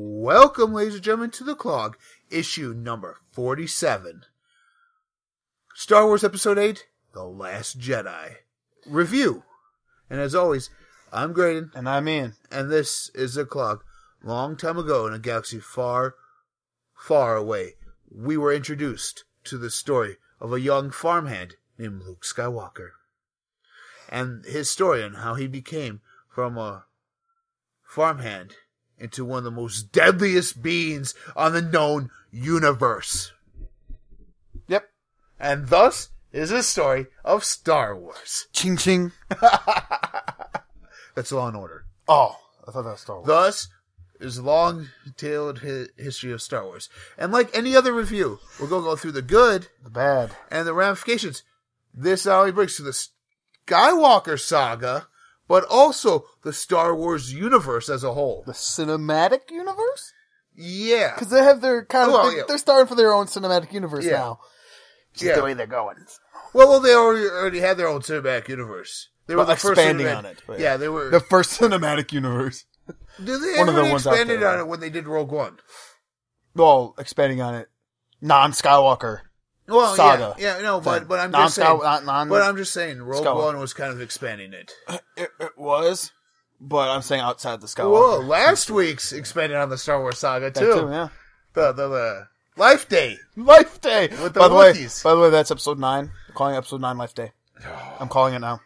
Welcome, ladies and gentlemen, to The Clog, issue number 47. Star Wars Episode 8 The Last Jedi. Review. And as always, I'm Graydon, And I'm in. and this is The Clog. Long time ago in a galaxy far, far away, we were introduced to the story of a young farmhand named Luke Skywalker. And his story and how he became from a farmhand into one of the most deadliest beings on the known universe. Yep. And thus is the story of Star Wars. Ching ching. That's Law and Order. Oh, I thought that was Star Wars. Thus is the long-tailed hi- history of Star Wars. And like any other review, we're going to go through the good The bad. and the ramifications. This not only brings to the Skywalker saga, but also the Star Wars universe as a whole. The cinematic universe? Yeah. Because they have their kind of. Well, they, yeah. are starting for their own cinematic universe Yeah. now. Just Yeah. the way they're going. Well, well, they already already had their own cinematic universe. They were Well, the first expanding cinematic- on it, but- Yeah, they were. The first cinematic universe. did they one ever of the really ones out expand it there. on it when they did Rogue One? Well, expanding on it. Non Skywalker. Well, Saga. yeah, yeah, no, but Thing. but I'm Non- just saying. Sky- non- but I'm just saying, Rogue Skywalker. One was kind of expanding it. It, it was, but I'm saying outside the Skywalker. Whoa, last week's expanded on the Star Wars saga That too. yeah. the, the the Life Day. Life Day. With the by the Wookiees. way, by the way, that's episode nine. I'm calling it episode nine Life Day. I'm calling it now.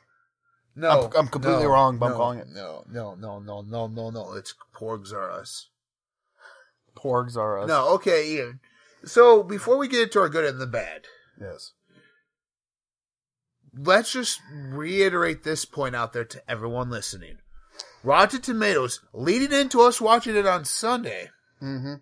No, I'm- I'm completely no, wrong, but I'm no, calling it. No, no, no, no, no, no, no. It's Porgs are us. Porgs are us. No, okay, Ian. So before we get into our good and the bad, Yes. let's just reiterate this point out there to everyone listening. Rotten Tomatoes, leading into us watching it on Sunday. Mm-hmm.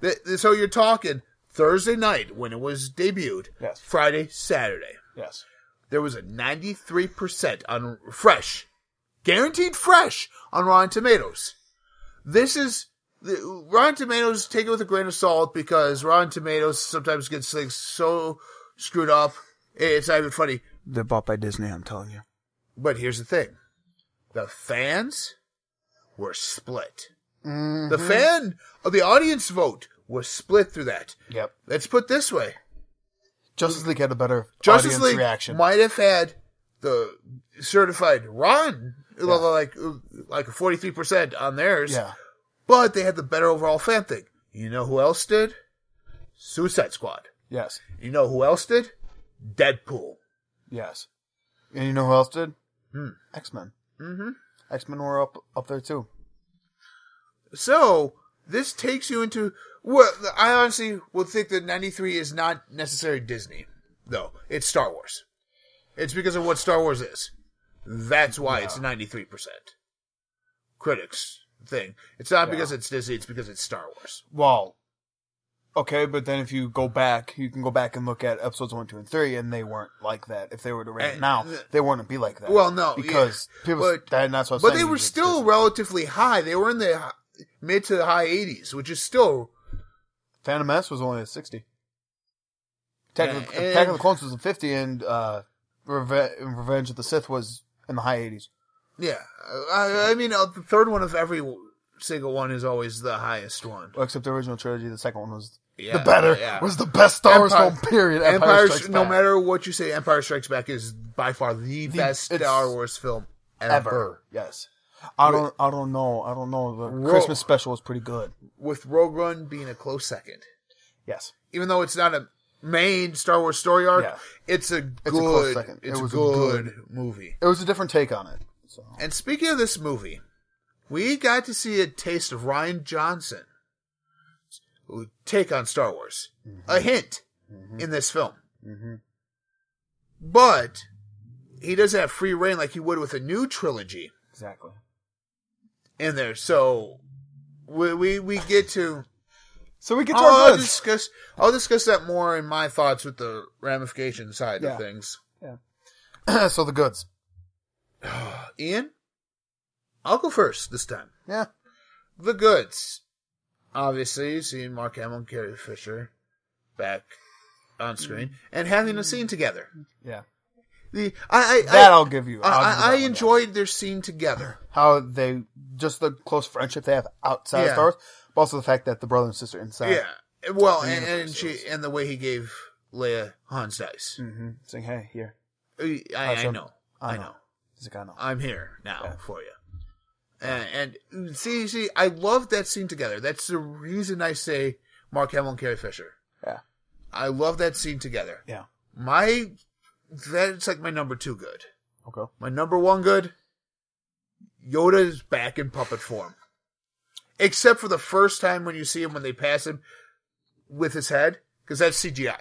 Th- th- so you're talking Thursday night when it was debuted. Yes. Friday, Saturday. Yes. There was a 93% on fresh, guaranteed fresh on Rotten Tomatoes. This is the, Rotten Tomatoes. Take it with a grain of salt because Rotten Tomatoes sometimes gets things so screwed up. It's not even funny. They're bought by Disney, I'm telling you. But here's the thing. The fans were split. Mm. The fan of the audience vote was split through that. Yep. Let's put it this way. Justice League had a better Justice audience League reaction. might have had the certified run like like 43% on theirs, yeah. but they had the better overall fan thing. You know who else did? Suicide Squad. Yes. You know who else did? Deadpool. Yes. And you know who else did? Hmm. X Men. Mhm. X Men were up up there too. So this takes you into well, I honestly would think that '93 is not necessarily Disney, though. It's Star Wars. It's because of what Star Wars is. That's why it's Yeah. 93 percent critics thing. It's not Yeah. because it's Disney. It's because it's Star Wars. Well. Okay, but then if you go back, you can go back and look at episodes one, two, and three, and they weren't like that. If they were to rate it And now, the- they wouldn't be like that. Eh, Well, no, yeah. because people. But- that, and that's what. I'm But saying, they were it's still Disney. relatively high. They were in the hi- mid to high 80s, which is still Phantom Menace was only a 60. Attack, of, Yeah, Eh, and- the, Attack of the Clones was a 50, and uh, Reve- Revenge of the Sith was in the high 80s. yeah. I, I mean, uh, the third one of every single one is always the highest one. Well, except the original trilogy, the second one was Yeah, the better, yeah. was the best Star Wars Empire- film, period. Empire, Empire, Strikes no Back. matter what you say, Empire Strikes Back is by far the, The- best it's- Star Wars film ever. Ever. Yes. I don't, I don't know. I don't know. The Whoa. Christmas special was pretty good. With Rogue One being a close second, Yes. even though it's not a main Star Wars story arc, Yeah. it's a good, it's a, close second. It was a good, movie. It was a different take on it. So. And speaking of this movie, we got to see a taste of Ryan Johnson take on Star Wars, Mm-hmm. a hint in this film. Mhm. But he doesn't have free reign like he would with a new trilogy. Exactly. in there. So we we, we get to. So we get to I'll, our I'll goods. discuss. I'll discuss that more in my thoughts with the ramification side Yeah. of things. so the goods. Ian, I'll go first this time. Yeah. The goods, obviously, seeing Mark Hamill and Carrie Fisher back Mm-hmm. on screen and having a scene together. Yeah. The I I That I, I'll give I, you. I'll give you that I, I one, yeah. enjoyed their scene together. how they just the close friendship they have outside Yeah. of Star Wars, But also the fact that the brother and sister inside. yeah. Well, the and, and universe she is. and the way he gave Leia Han's dice. Mm-hmm. Saying, hey, here. I, I, I Mm. Awesome. know. I I know. know. He's like, I know. I'm here now Yeah. for you. And, and see, see, I love that scene together. That's the reason I say Mark Hamill and Carrie Fisher. Yeah. I love that scene together. Yeah. My that's like my number two good. Okay. My number one good. Yoda is back in puppet form, except for the first time when you see him when they pass him with his head, because that's CGI.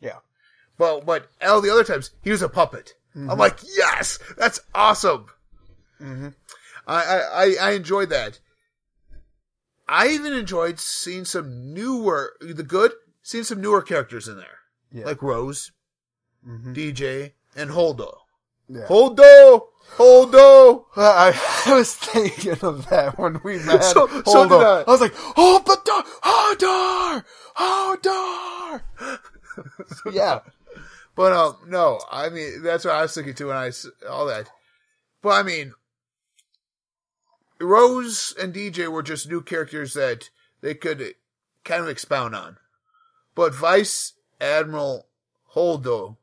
Yeah. But but all the other times he was a puppet. I'm like, yes, that's awesome. Mm-hmm. Mhm. I, I I- I enjoyed that. I even enjoyed seeing some newer the good, seeing some newer characters in there, Yeah. like Rose, Mhm. DJ, and Holdo. Yeah. Holdo, Holdo. I, I was thinking of that when we met. So- so Hold did on. I. I. was like, oh, but dar, oh, dar, oh, dar. yeah. But um, no, I mean that's what I was thinking too, and I s- all that. But I mean, Rose and DJ were just new characters that they could kind of expound on. But Vice Admiral Holdo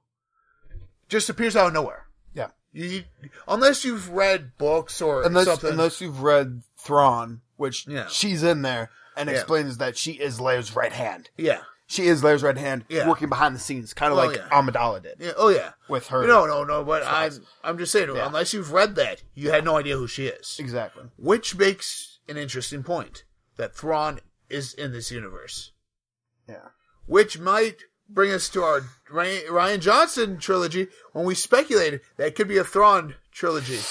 just appears out of nowhere. Yeah. You, you- unless you've read books or Unless, something. unless you've read Thrawn, which Yeah. she's in there and Yeah. explains that she is Leia's right hand. yeah. She is Leia's right hand Yeah. working behind the scenes, kind of Well, like yeah. Amidala did Yeah. Oh yeah. with her. No, no, no. But I'm I'm just saying, Yeah. unless you've read that, you had no idea who she is. Exactly. Which makes an interesting point that Thrawn is in this universe, Yeah. which might bring us to our Ry- Ryan Johnson trilogy when we speculated that it could be a Thrawn trilogy.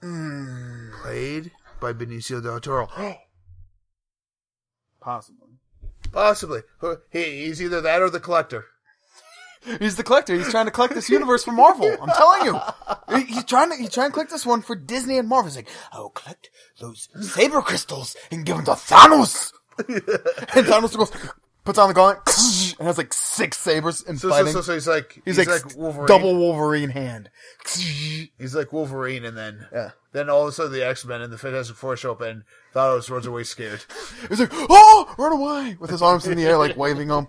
Hmm, Played by Benicio del Toro. Possibly. Possibly. Who- He, he's either that or the collector. He's the collector. He's trying to collect this universe for Marvel. I'm telling you, He- he's trying to he's trying to collect this one for Disney and Marvel. He's like, I will collect those saber crystals and give them to Thanos. and Thanos goes, puts on the gauntlet, and has like six sabers and So, so, fighting. so, so he's like he's, like, Wolverine. double Wolverine hand. He's like Wolverine, and then Yeah. then all of a sudden the X Men and the Fantastic Four show up, and Thanos runs away scared, He's like, oh, run away with his arms in the air, like waving them,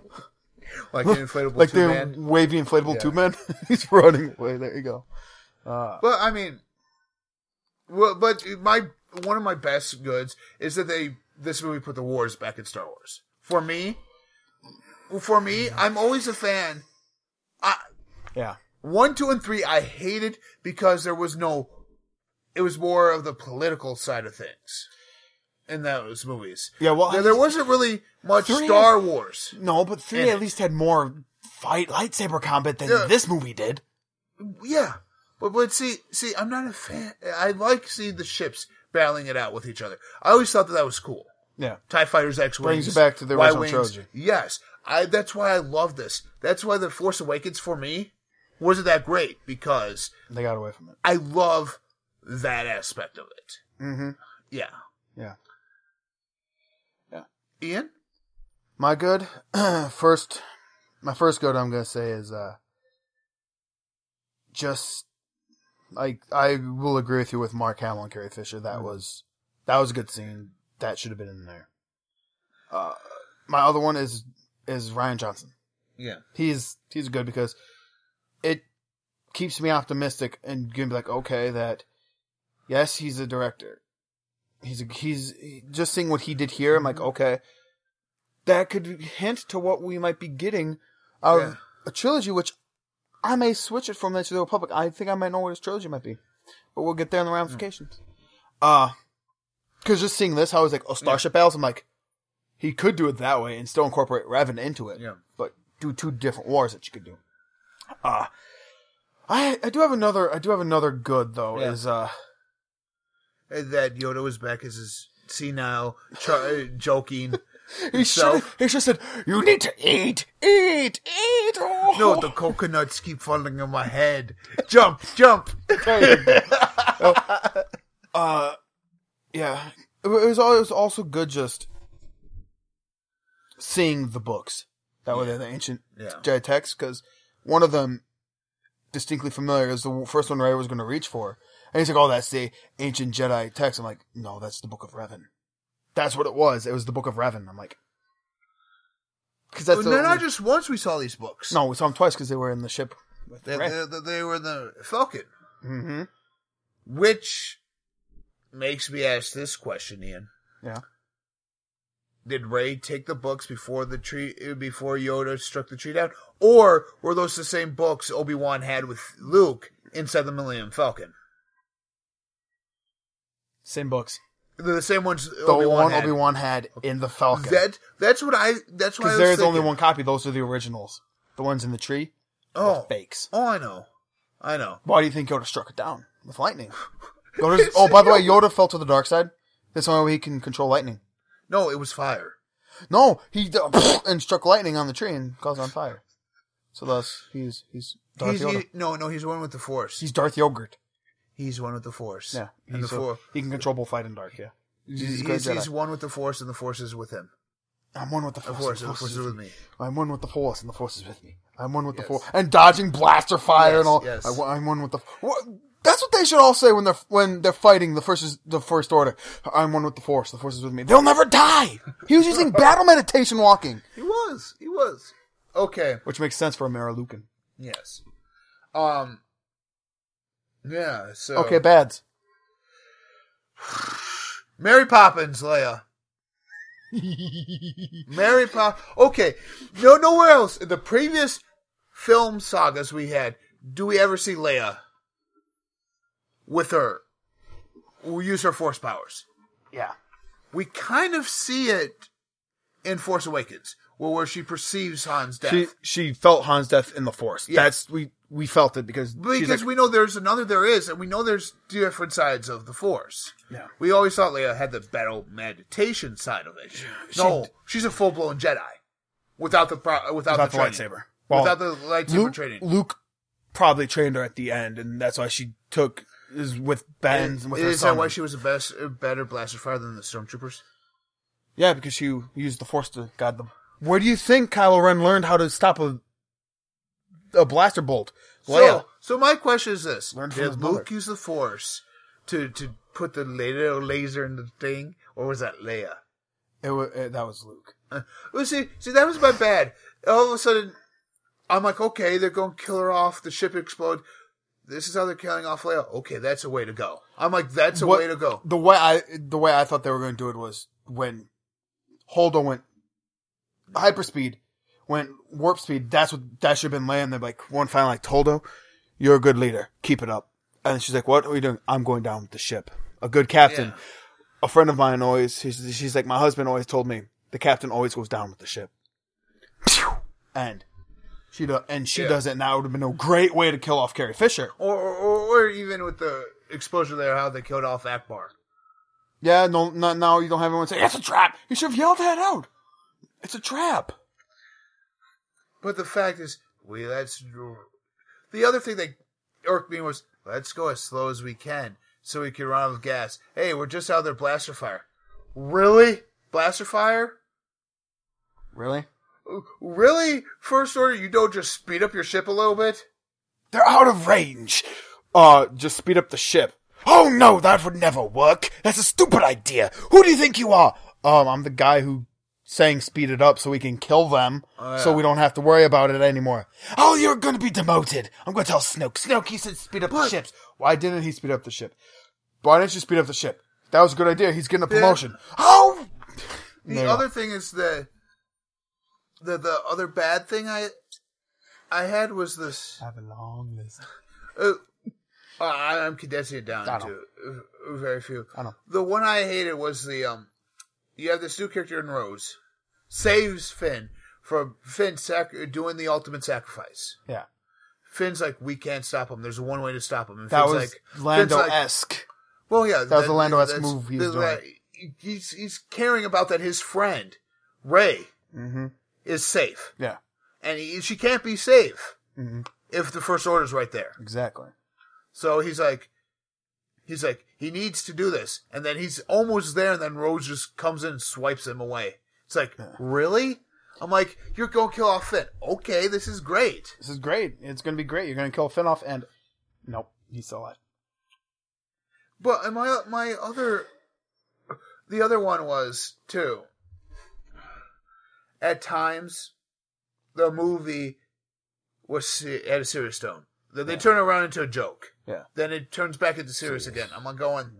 like an inflatable like two the man. wavy inflatable tube man. he's running away. There you go. Well, I mean, well, but my one of my best goods is that they this movie put the wars back in Star Wars. For me, for me, I'm always a fan. I Yeah. one, two, and three I hated because there was no. It was more of the political side of things in those movies. Yeah, well, there, there wasn't really much Three- Star Wars. No, but three And- at least had more fight lightsaber combat than Yeah. this movie did. Yeah, but but see, see, I'm not a fan. I like seeing the ships battling it out with each other. I always thought that that was cool. Yeah. Tie Fighters X Wings. Brings you back to the original trilogy. Yes. I, that's why I love this. That's why The Force Awakens for me wasn't that great because They got away from it. I love that aspect of it. Mm-hmm. Yeah. Yeah. Ian? My good first my first good I'm gonna say is uh just like I will agree with you with Mark Hamill and Carrie Fisher. That was that was a good scene. That should have been in there. Uh my other one is is Ryan Johnson. Yeah. he's he's good because it keeps me optimistic and gonna be like, okay, that yes, he's a director. He's a, he's just seeing what he did here. I'm like, okay, that could hint to what we might be getting out Yeah. of a trilogy, which I may switch it from that to the Republic. I think I might know what his trilogy might be, but we'll get there in the ramifications. Uh, cause just seeing this, I was like, oh, Starship Battles. I'm like, he could do it that way and still incorporate Revan into it Yeah. but do two different wars that you could do. Uh I I do have another I do have another good though Yeah. is uh And that Yoda was back as his senile, char- uh, joking. he should Self. he should said you need to eat eat eat oh. No, the coconuts keep falling on my head. Jump, jump. There you go. Oh, uh yeah it wa- it was al- it was also good just seeing the books that were there, the ancient Yeah. Jedi texts because one of them distinctly familiar is the first one Ray was going to reach for. And he's like, oh, that's the ancient Jedi text. I'm like, no, that's the Book of Revan. That's what it was. It was the Book of Revan. I'm like, because that's But the, no, not just once we saw these books. no. We saw them twice because they were in the ship. They, they, they were in the Falcon, Mm-hmm. which makes me ask this question, Ian. Yeah. Did Ray take the books before the tree before Yoda struck the tree down, or were those the same books Obi Wan had with Luke inside the Millennium Falcon? Same books. They're the same ones The Obi Wan one had. Obi Wan had in the Falcon. That that's what I that's why I was Because there is only thinking. one copy. Those are the originals. The ones in the tree, Oh, fakes. oh, I know, I know. Why do you think Yoda struck it down with lightning? Yoda's, oh, by the way, Yoda fell to the dark side. That's the only way he can control lightning. No, it was fire. No, he d- and struck lightning on the tree and caused on fire. So thus, he's he's Darth he's, Yoda. he- no, no, he's one with the force. he's Darth Yogurt. He's one with the force. Yeah, and the he's a- force. he can control both light and dark. Yeah, He's, a great he's, Jedi. one with the force, and the force is with him. I'm one with the Of force. course, and the force is with me. I'm one with the force, and the force is with me. I'm one with Yes. the force, and dodging blaster fire Yes, and all. yes. I, am one with the. What? That's what they should all say when they're when they're fighting the first is the first order. I'm one with the force. The force is with me. They'll never die. He was using battle meditation walking, He was. He was. Okay. which makes sense for a Marilucan. Yes. Um. Yeah. So Okay, bads. Mary Poppins, Leia. Mary Pop. Okay. No, nowhere else in the previous film sagas we had do we ever see Leia with her we use her force powers. Yeah. We kind of see it in Force Awakens, where, where she perceives Han's death. She she felt Han's death in the force. Yeah. That's we we felt it because because we know there's another there is, and we know there's different sides of the Force. Yeah. We always thought Leia had the battle meditation side of it. no, she's a full blown Jedi without the pro- without, without the, the training. lightsaber. without the lightsaber Luke, training. Luke probably trained her at the end, and that's why she took is with Ben's and with her is son. that why she was a best, a better blaster fire than the stormtroopers? yeah, because she used the Force to guide them. Where do you think Kylo Ren learned how to stop a a blaster bolt? Leia. So, so my question is this: Learned from Did his Luke mother. use the Force to to put the laser laser in the thing, or was that Leia? It wa- uh, that was Luke. Uh, well, see, see, that was my bad. All of a sudden, I'm like, okay, they're going to kill her off. The ship explode. This is how they're killing off Leia. Okay, that's a way to go. I'm like, that's a What- way to go. The way I the way I thought they were going to do it was when Holdo went hyperspeed, went warp speed. That's what that should have been laying. They're like one final like Holdo, you're a good leader. Keep it up. And she's like, "What are we doing? I'm going down with the ship. A good captain. Yeah. A friend of mine always. She's, she's like, my husband always told me the captain always goes down with the ship. Phew. And she do, and she Yeah. does it. And that would have been a great way to kill off Carrie Fisher. Or, or, or, or even with the exposure there, how they killed off Akbar. Yeah, no, not now. You don't have anyone say it's a trap. You should have yelled that out. It's a trap. But the fact is, we let's. The other thing that irked me was, let's go as slow as we can so we can run out of gas. Hey, we're just out of their blaster fire. Really? Blaster fire? Uh, Really? Really? First order, you don't just speed up your ship a little bit? They're out of range. Uh, just speed up the ship. Oh no, that would never work. That's a stupid idea. Who do you think you are? Um, I'm the guy who sang "Speed It Up" so we can kill them, so we don't have to worry about it anymore. Oh, you're going to be demoted. I'm going to tell Snoke. Snoke, he said, "Speed up the But- ships." Why didn't he speed up the ship? Why didn't you speed up the ship? That was a good idea. He's getting a promotion. Oh, The No, no. other thing is that the the other bad thing I I had was this. I have a long list. Uh, I, I'm condensing it down I to know. uh, very few. I know. The one I hated was the um. You have this new character in Rose, saves Finn from Finn sac- doing the ultimate sacrifice. Yeah. Finn's like, we can't stop him. There's one way to stop him. And That Finn's was like, Lando Finn's like, esque. Well, yeah, That was the Lando-esque move he was doing. doing. He's he's caring about that his friend Ray mm-hmm. is safe, Yeah, and he, she can't be safe hmm if the first order's right there. exactly. So he's like, he's like, he needs to do this, and then he's almost there, and then Rose just comes in and swipes him away. It's like, really? I'm like, you're gonna kill off Finn. Okay, this is great. This is great. It's going to be great. You're going to kill Finn off, and nope, he's still alive. But and my my other, The other one was too. At times, the movie was se- at a serious tone. Then they turn around into a joke. Yeah. Then it turns back into serious again. I'm like going.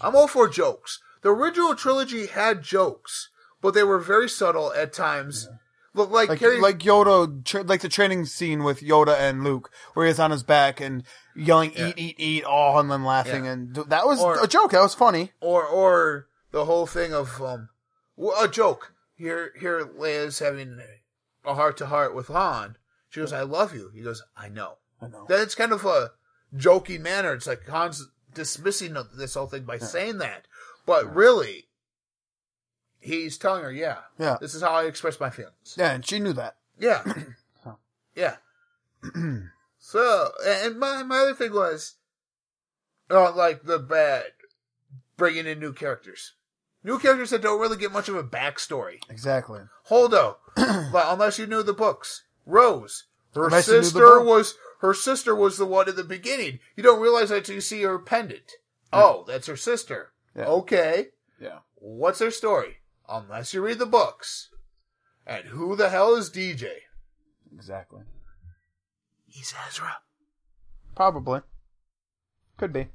I'm all for jokes. The original trilogy had jokes, but they were very subtle at times. Look like, Like, Harry- like Yoda, tra- like the training scene with Yoda and Luke, where he's on his back and yelling, Yeah. eat, eat, eat, all, and then laughing. Yeah. And th- that was Or- a joke. That was funny. or or the whole thing of um w- a joke. Here here Leia's having a heart to heart with Han. She goes, "I love you." He goes, "I know." I know. Then it's kind of a joking manner. It's like Han's dismissing this whole thing by saying that, but really, he's telling her, "Yeah, Yeah. this is how I express my feelings." Yeah, and she knew that. Yeah. yeah. so, and my, my other thing was, uh, like the bad, bringing in new characters. New characters that don't really get much of a backstory. Exactly. Holdo, but unless you knew the books. Rose, her Unless you knew the sister book. was, her sister was the one in the beginning. You don't realize that until you see her pendant. Oh, that's her sister. Yeah. Okay. Yeah. What's their story? Unless you read the books. And who the hell is DJ? Exactly. He's Ezra. Probably. Could be.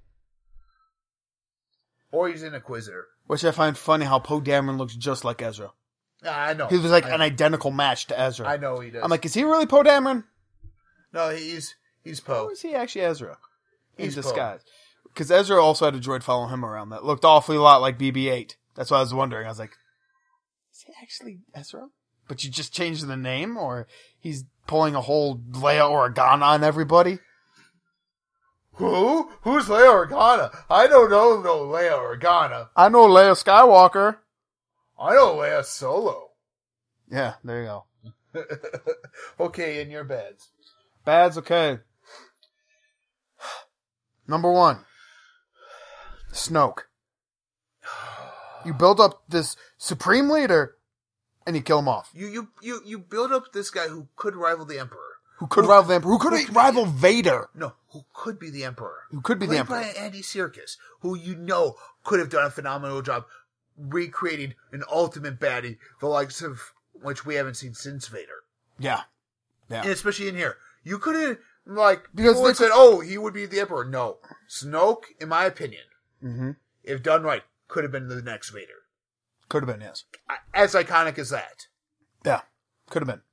Or he's an Inquisitor. Which I find funny how Poe Dameron looks just like Ezra. I know. He was like I, an identical match to Ezra. I know he does. I'm like, is he really Poe Dameron? no, he's he's Or Poe. is he actually Ezra in Oh. He's Poe. disguise? Because Ezra also had a droid following him around that looked awfully a lot like BB-8. That's what I was wondering. I was like, is he actually Ezra? But you just changed the name, or he's pulling a whole Leia Organa on everybody? Who? Who's Leia Organa? I don't know no Leia Organa. I know Leia Skywalker. I know Leia Solo. Yeah, there you go. okay, in your beds. Bad's okay. Number one, Snoke. You build up this supreme leader, and you kill him off. You you you you build up this guy who could rival the Emperor. Who could rival the Emperor? Who could rival Vader? No, who could be the Emperor? Who could be the Played Emperor? by Andy Serkis, who you know could have done a phenomenal job recreating an ultimate baddie, the likes of which we haven't seen since Vader. Yeah, and especially in here. You could have like Because people would they- said, "Oh, he would be the emperor." No, Snoke, in my opinion, Mhm. if done right, could have been the next Vader. could have been yes. I- As iconic as that, Yeah, could have been.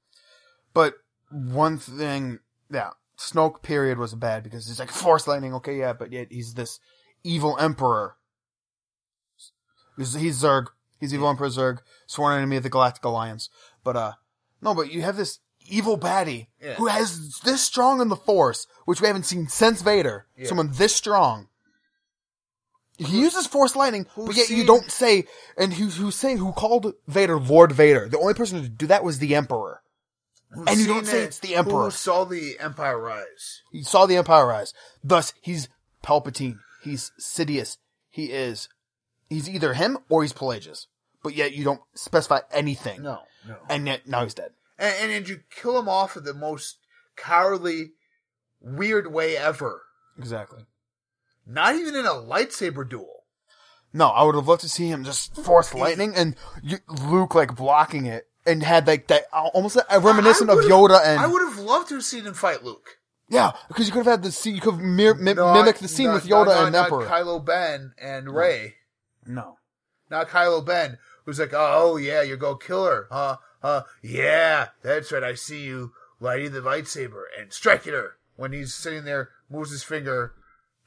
But one thing, yeah, Snoke period was bad because he's like Force lightning. Okay, yeah, but yet he's this evil emperor. He's, he's Zerg. He's evil emperor Zerg, sworn enemy of the Galactic Alliance. But uh, no, but you have this evil baddie Yeah. who has this strong in the Force, which we haven't seen since Vader. Yeah. Someone this strong. He uses force lightning, Who but yet you seen- don't say. And who who say who called Vader Lord Vader? The only person to do that was the Emperor. Who's And you seen don't say it, it's the Emperor. who saw the Empire rise. He saw the Empire rise. Thus, he's Palpatine. He's Sidious. He is. He's either him or he's Pelagius. But yet you don't specify anything. No, no, And yet now he's dead. and and, and you kill him off in the most cowardly, weird way ever. Exactly. Not even in a lightsaber duel. No, I would have loved to see him just force lightning and you, Luke like blocking it and had like that uh, almost that, reminiscent I of would've- Yoda and I would have loved to have seen him fight Luke. Yeah, because you could have had the scene. You could have mir- mi- Not- mimicked the scene not- with Yoda not- and not Emperor. Kylo Ben and Ray. no. not Kylo Ben, who's like, oh, oh, yeah, you're gonna kill her, huh? Huh? Yeah, that's right. I see you lighting the lightsaber and striking her. When he's sitting there, moves his finger,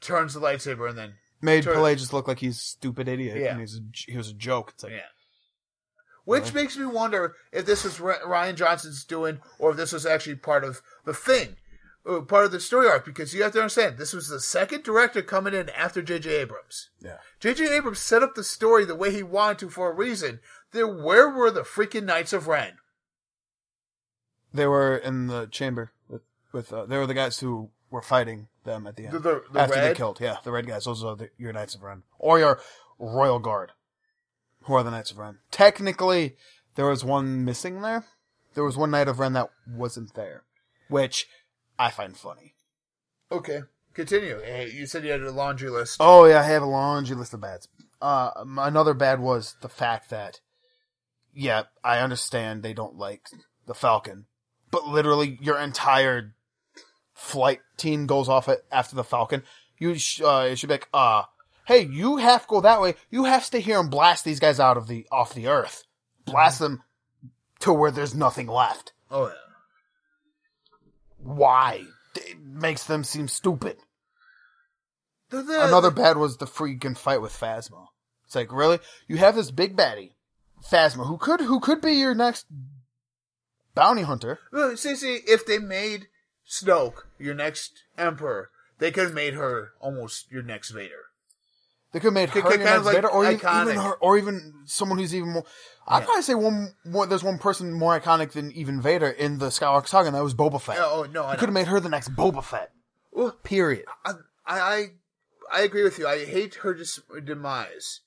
turns the lightsaber, and then Made Sure. Pelagius look like he's a stupid idiot. Yeah. And he's a, j- he was a joke. It's like, yeah. Which makes me wonder if this was Ry- Ryan Johnson's doing, or if this was actually part of the thing, uh, part of the story arc. Because you have to understand, this was the second director coming in after J.J. Abrams. yeah. J.J. Abrams set up the story the way he wanted to for a reason. Then where were the freaking Knights of Ren? They were in the chamber with, with uh, they were the guys who were fighting them at the end. The- the- the after they red? killed. Yeah, the red guys. Those are the, your Knights of Ren. Or your Royal Guard, who are the Knights of Ren. Technically, there was one missing there. There was one Knight of Ren that wasn't there, which I find funny. Okay, continue. Uh, Eh, you said you had a laundry list. Oh yeah, I have a laundry list of bads. Uh, m- another bad was the fact that, yeah, I understand they don't like the Falcon, but literally your entire flight team goes off at, after the Falcon. You sh- uh, it should be like, uh, hey, you half go that way. You half stay here and blast these guys out of the off the Earth. Blast them to where there's nothing left. Oh yeah. Why? It makes them seem stupid. The- the- Another bad was the freaking fight with Phasma. It's like, really? You have this big baddie, Phasma, who could who could be your next bounty hunter. Well, See, see, if they made Snoke your next emperor, they could have made her almost your next Vader. They could have made her Could- your could kind next of like Vader, or even, iconic. even her, or even someone who's even more. I'd Yeah. probably say one more. There's one person more iconic than even Vader in the Skywalker saga, and that was Boba Fett. Oh, oh, no, I you could have made her the next Boba Fett. Well, Period. I, I, I- I agree with you. I hate her dis- demise,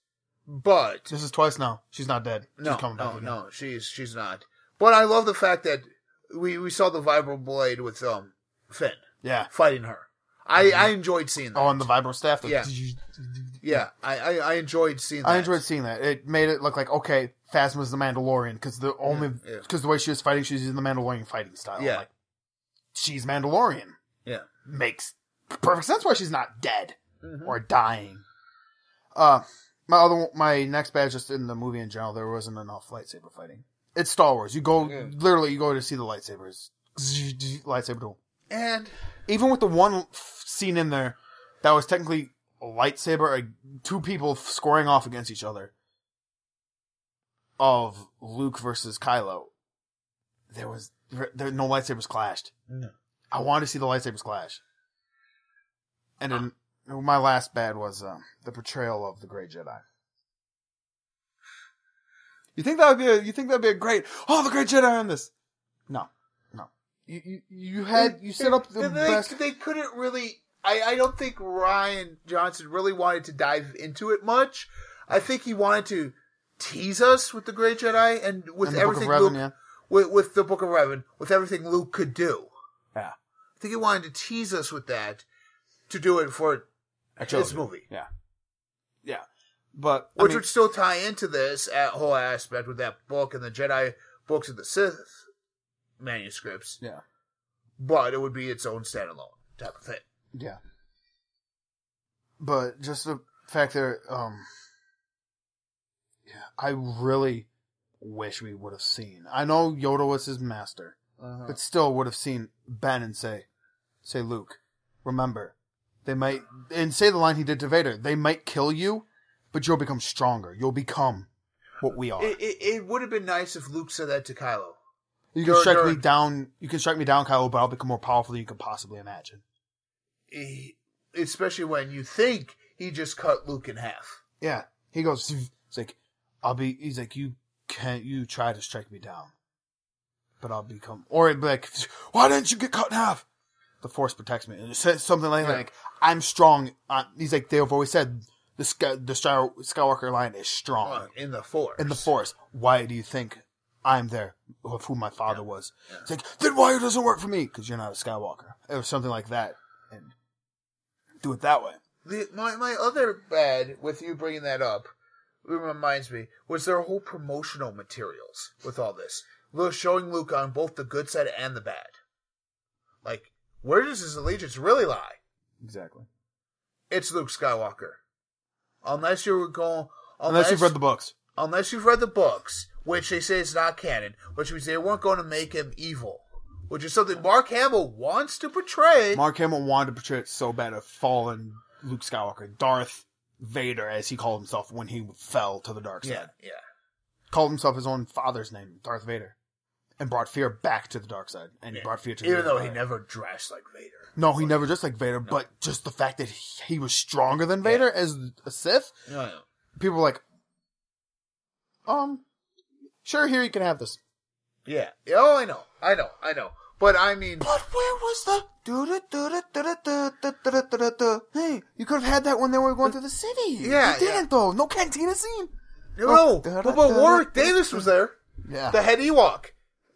but This is twice now. She's not dead. no, She's coming back. no, again. no, she's she's not. But I love the fact that we we saw the vibro blade with um Finn Yeah. fighting her. I I enjoyed seeing that. Oh, and the vibro staff. Yeah. yeah, I, I I enjoyed seeing. That. I enjoyed seeing that. It made it look like okay, Phasma's the Mandalorian because the only Yeah, yeah. because the way she was fighting, she's in the Mandalorian fighting style. Yeah. Like, she's Mandalorian. Yeah. Makes perfect sense why she's not dead Mhm. or dying. Uh, my other one- my next bad just in the movie in general, there wasn't enough lightsaber fighting. It's Star Wars. You go Yeah. literally, you go to see the lightsabers, lightsaber duel And even with the one f- scene in there that was technically a lightsaber, like two people f- scoring off against each other of Luke versus Kylo, there was there, there- no lightsabers clashed. No. I wanted to see the lightsabers clash. And then Ah. my last bad was um, the portrayal of the Great Jedi. You think that would be a, you think that'd be a great oh the Great Jedi on this? No, no. You you, you had you set up the they, best They couldn't really. I, I don't think Ryan Johnson really wanted to dive into it much. I think he wanted to tease us with the Great Jedi and with And the Book of everything Revan, Luke, yeah. with, with the Book of Revan, with everything Luke could do. Yeah. I think he wanted to tease us with that to do it for this movie, Yeah. Yeah. But I which mean, would still tie into this uh whole aspect with that book and the Jedi books of the Sith manuscripts, yeah. but it would be its own standalone type of thing. Yeah. But just the fact that um yeah, I really wish we would have seen. I know Yoda was his master, but still would have seen Ben and say say Luke, remember, they might and say the line he did to Vader, they might kill you, but you'll become stronger. You'll become what we are. It, it, it would have been nice if Luke said that to Kylo. you can Dur- strike Dur- me down you can strike me down, Kylo, but I'll become more powerful than you could possibly imagine. He- especially when you think he just cut Luke in half. Yeah. He goes, it's like, I'll be, he's like, you can't, you try to strike me down, but I'll become, or it'd be like, why didn't you get cut in half? The force protects me. And it says something like, Yeah. like I'm strong. Uh, he's like, they've always said the, Sky, the Star, Skywalker line is strong Uh, in the Force. in the force. Why do you think I'm there of who my father was? It's like, then why it doesn't work for me? Cause you're not a Skywalker or something like that. And do it that way. The, my, my other bad with you bringing that up it reminds me was their whole promotional materials with all this. Luke showing Luke on both the good side and the bad. Like, where does his allegiance really lie? Exactly. It's Luke Skywalker. Unless you were going. Unless you've read the books. unless you've read the books, which they say is not canon, which means they weren't going to make him evil, which is something Mark Hamill wants to portray. Mark Hamill wanted to portray it so bad of fallen Luke Skywalker, Darth Vader, as he called himself when he fell to the dark side. yeah, yeah, Called himself his own father's name, Darth Vader, and brought fear back to the dark side, and yeah. brought fear to Even the though he Empire. never dressed like Vader. No, he never just like Vader, but just the fact that he, he was stronger than Vader as a Sith, No, no. people were like, um, sure, here you can have this. Yeah. Yeah, Oh, I know, I know, I know. But I mean, But where was the do-do-do-do-do-do-do-do-do-do-do? Hey, you could have had that when they were going through the city. Yeah, you didn't though. No cantina scene. no, but, but Warwick Davis was there, Yeah, the head Ewok,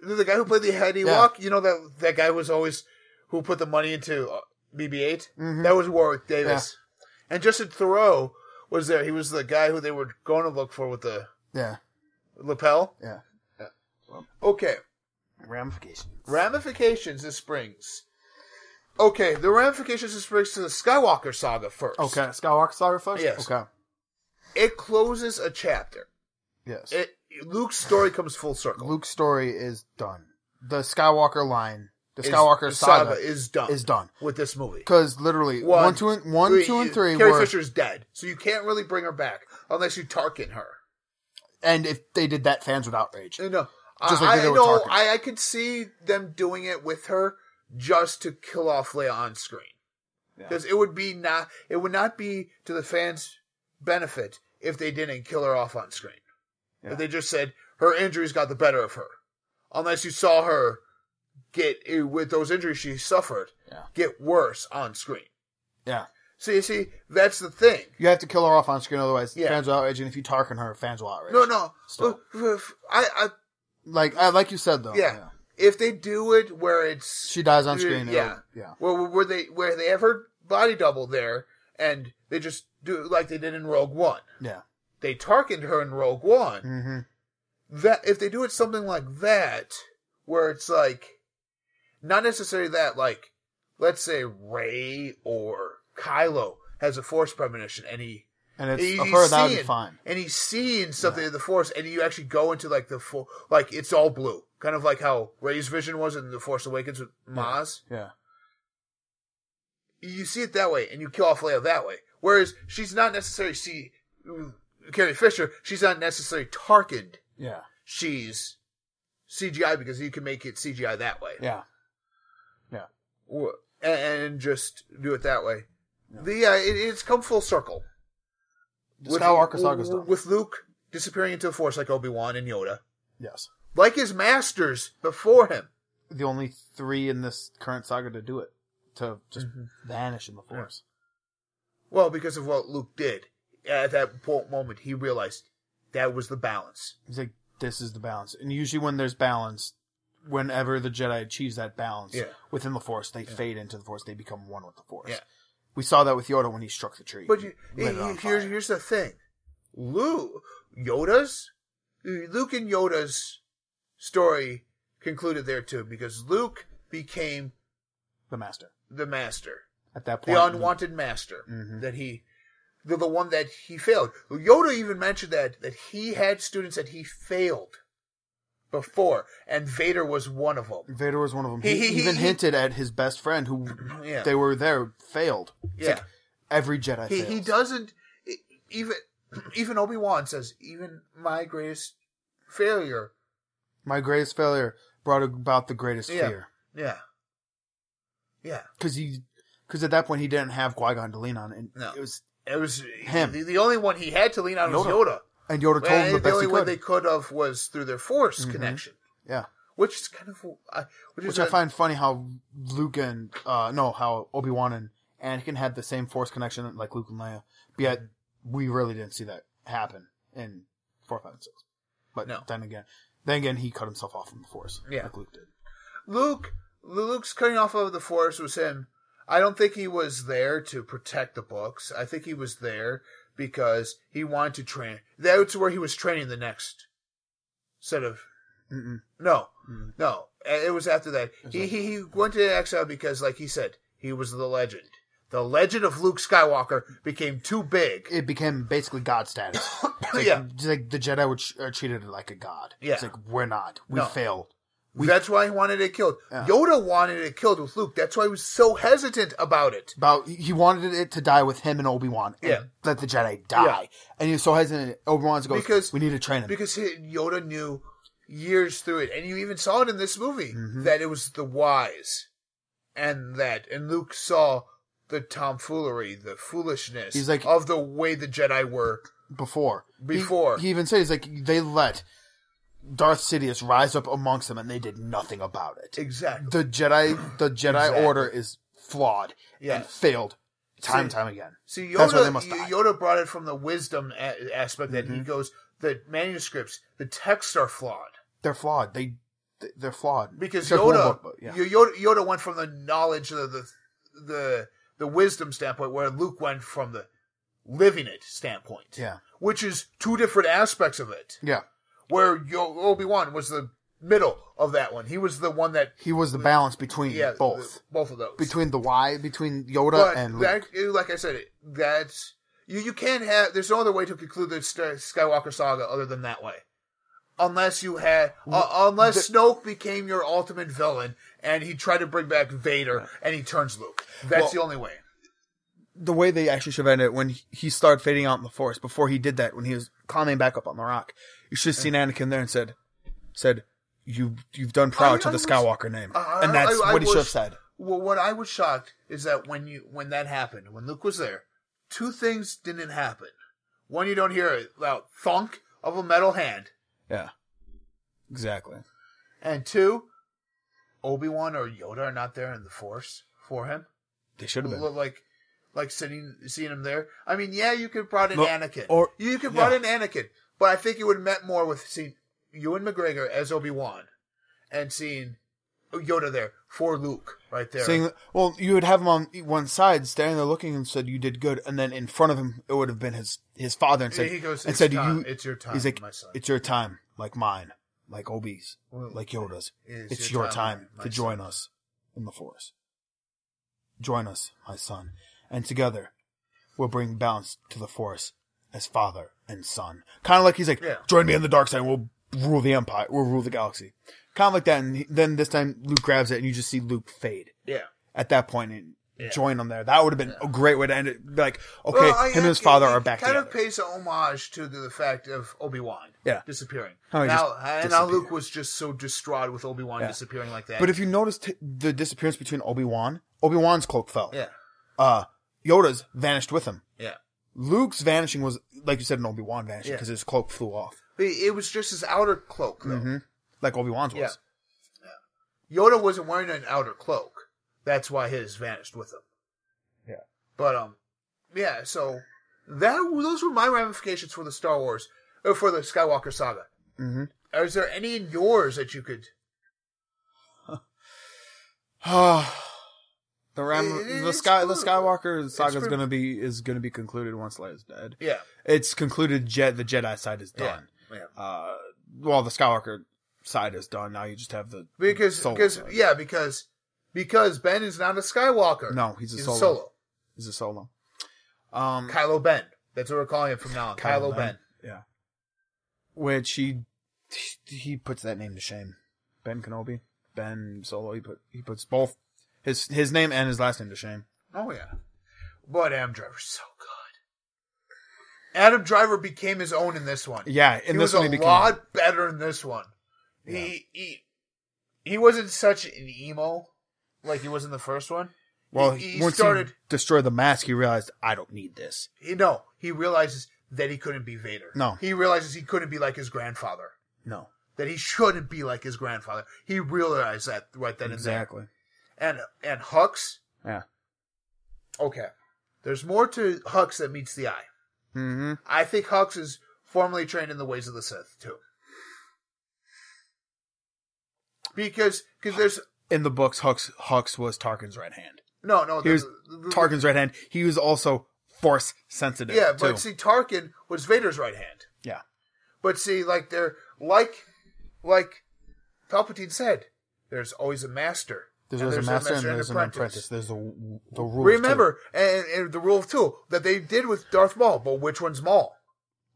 the guy who played the head Ewok. You know that that guy was always who put Mm-hmm. the money into uh, BB-8. That was Warwick Davis, and Justin Thoreau was there? He was the guy who they were going to look for with the Yeah. lapel. Yeah. Okay. Ramifications. Ramifications of Springs. Okay, the ramifications of Springs to the Skywalker saga first. Okay. Skywalker Saga first? Yes. Okay. It closes a chapter. Yes. It Luke's story comes full circle. Luke's story is done. The Skywalker line, the Is- Skywalker saga, is done. is done. with this movie. Because literally, One, one, two, and one, Wait, two, and you- three Carrie were, Fisher's dead, so you can't really bring her back unless you Tarkin her. and if they did that, fans would outrage. No, know, Just I, like I they did with know. Tarkin. I, I could see them doing it with her just to kill off Leia on screen because it would be not. It would not be to the fans' benefit if they didn't kill her off on screen. Yeah. If they just said her injuries got the better of her, unless you saw her get eh, with those injuries she suffered Yeah. get worse on screen. Yeah. See, see, that's the thing. You have to kill her off on screen, otherwise Yeah. fans will outrage. And if you Tarkin her, fans will outrage. No, no. Still. I, I, Like, I, like you said though. yeah. If they do it where it's She dies Oh, on Uh, screen. it'll- yeah. Yeah. where where they where they have her body double there, and they just do it like they did in Rogue One. Yeah. They tarkened her in Rogue One. Mm-hmm. That if they do it something like that, where it's like, not necessarily that like, let's say Ray or Kylo has a Force premonition, and he And it's He- of he's her that would be seeing- fine. and he's seeing something in the Force, and you actually go into like the full, like it's all blue, kind of like how Ray's vision was in the Force Awakens with Maz. Yeah. You see it that way, and you kill off Leia that way. Whereas she's not necessarily see Carrie Fisher. She's not necessarily Tarkined. Yeah. She's CGI because you can make it CGI that way, Yeah. Wh- and, and just do it that way. The uh, it, it's come full circle. The Skywalker saga's done. with Luke disappearing into the Force like Obi Wan and Yoda. yes. like his masters before him. The only three in this current saga to do it to just Mm-hmm. vanish in the force. Well, because of what Luke did at that point moment, he realized that was the balance. He's like, this is the balance. And usually when there's balance, whenever the Jedi achieves that balance Yeah. within the Force, they fade into the Force. They become one with the Force. Yeah. We saw that with Yoda when he struck the tree. But you, Lit it you- on here's fire. here's the thing, Luke, Yoda's, Luke and Yoda's story concluded there too because Luke became the Master. the master, At that point, the unwanted master Mhm. that he. The, the one that he failed. Yoda even mentioned that that he had students that he failed before, and Vader was one of them. Vader was one of them. He- He, he- he- even he- hinted at his best friend, who Yeah. Mm-hmm. they were there, failed. It's Yeah, like, every Jedi he fails. he doesn't e- even even Obi Wan says even my greatest failure. My greatest failure brought about the greatest Yeah. fear. Yeah, yeah. Because he, because at that point he didn't have Qui Gon to lean on, and No. it was It was Him. The, the only one he had to lean on was Yoda. Yoda. and Yoda told him And the best only he way could. they could have was through their Force Mhm. connection, yeah. which is kind of I which, Which is I a- find funny how Luke and uh no, how Obi Wan and Anakin had the same force connection like Luke and Leia, but yet Mm-hmm. we really didn't see that happen in four, five, and six. But No. then again then again he cut himself off from the force. Yeah. Like Luke did. Luke Luke's cutting off of the Force was him. I don't think he was there to protect the books. I think he was there because he wanted to train. That's where he was training the next set of Mm-mm. No, Mm. no. A- Hmm. It was after that. He, Okay. he he went to exile because, like he said, he was the legend. The legend of Luke Skywalker became too big. It became basically God status. It's like, Yeah. it's like the Jedi were tr- are treated like a god. Yeah. It's like we're not. We No. failed. That's why he wanted it killed. Yeah. Yoda wanted it killed with Luke. That's why he was so hesitant about it. About he wanted it to die with him and Obi Wan. Yeah. Let the Jedi die. And he was so hesitant. Obi Wan's goes Because- we need to train him. Because he, Yoda knew years through it, and you even saw it in this movie Mm-hmm. that it was the wise, and that and Luke saw the tomfoolery, the foolishness He's like- of the way the Jedi were. before. Before. he, he even said he's like they let Darth Sidious rise up amongst them, and they did nothing about it. Exactly. The Jedi, the Jedi Exactly. Order is flawed and Yes. failed time and See- time again. See, That's why Yoda, they must Y- die. Mm-hmm. Yoda brought it from the wisdom a- aspect that he goes, the manuscripts, the texts are flawed. They're flawed. They they- they're flawed Because Except for one Yoda, book, but yeah. Y- Yoda, Yoda went from the knowledge, the, the, the, the wisdom standpoint, where Luke went from the living it standpoint. Yeah. Which is two different aspects of it. Yeah. Where Yo- Obi Wan was the middle of that one. He was the one that He was the balance between yeah both. both of those between the why, between Yoda But and Luke. that, like I said, that's you. You can't have. There's no other way to conclude the Star- Skywalker saga other than that way, unless you had, uh, unless Snoke became your ultimate villain and he tried to bring back Vader and he turns Luke. That's Well- the only way. the way they actually should have ended it when he- he started fading out in the forest before he did that when he was climbing back up on the rock you should have seen anakin there and said said you you've done proud I- to I the was- skywalker name I- and that's I- I what he should have was- said Well, what I was shocked is that when you when that happened, when Luke was there, two things didn't happen. One, you don't hear a loud thunk of a metal hand, yeah exactly and two, Obi Wan or Yoda are not there in the Force for him. they should have Look been like like sitting seeing him there. I mean, yeah, you could brought in No, Anakin, or- you could yeah. brought in Anakin, but I think it would have met more with seeing Ewan McGregor as Obi Wan, and seeing Yoda there for Luke right there. Saying, well, you would have him on one side, standing there looking, and said, "You did good." And then in front of him, it would have been his his father, and said, he goes, "And "It's said, time. you, It's your time, He's like, my son." "It's your time, like mine, like Obi's, Well, like Yoda's. it's It's, your your, time, time, my to son." join us in the Force. Join us, my son, and together we'll bring balance to the Force as father and son. Kind of like he's like, Yeah. join me on the dark side. We'll rule the empire. We'll rule the galaxy." Kind of like that, and he- then this time Luke grabs it, and you just see Luke fade yeah. at that point and Yeah. join them there. That would have been a great way to end it. Be Like, okay, Well, I- him and his I- father it are back Kind together. of pays homage to the, the fact of Obi Wan, Yeah. disappearing. How he now, just and now Luke disappeared. was just so distraught with Obi Wan Yeah. disappearing like that. but if you notice t- the disappearance between Obi Wan, Obi Wan's cloak fell. yeah, Uh, Yoda's vanished with him. yeah, Luke's vanishing was like you said, an Obi Wan vanishing Yeah. because his cloak flew off, But it was just his outer cloak. Though. Mm-hmm. like Obi Wan's was. Yeah. Yoda wasn't wearing an outer cloak. That's why his vanished with him. Yeah. But um, yeah. So that those were my ramifications for the Star Wars or for the Skywalker saga. Mhm. Is there any in yours that you could? Mm-hmm. the Ram, It- the it's sky, the cool. Skywalker saga is pretty- gonna be is gonna be concluded once Leia's dead. Yeah. It's concluded. Jet the Jedi side is Yeah. done. Yeah. Uh, well, the Skywalker side is done. Now you just have the Because Solo because side. yeah because because Ben is not a Skywalker. No, he's a he's solo. a solo. He's a solo. Um, Kylo Ben. That's what we're calling him from now on. Kylo, ben. Yeah. Which he he puts that name to shame. Ben Kenobi, Ben Solo. He put he puts both his his name and his last name to shame. Oh yeah. But Adam Driver's so good. Adam Driver became his own in this one. Yeah, in he this was one a he became. lot better in this one. He, he he wasn't such an emo like he was in the first one. well, he, he once started. he destroyed the mask, he realized I don't need this. He, no, he realizes that he couldn't be Vader. No. he realizes he couldn't be like his grandfather. No, That he shouldn't be like his grandfather. He realized that right then exactly. and there. And and Hux. Yeah. Okay, there's more to Hux that meets the eye. Mm-hmm. I think Hux is formally trained in the ways of the Sith too. Because because there's In the books, Hux Hux was Tarkin's right hand. No, no. He was the, the- Tarkin's right hand. He was also force sensitive. Mm-hmm. Yeah, too. but see, Tarkin was Vader's right hand. yeah, But see, like they're like, like Palpatine said, there's always a master. there's, and a master and there's an apprentice. There's the the rule. Remember, and, and the rule of two that they did with Darth Maul. But which one's Maul?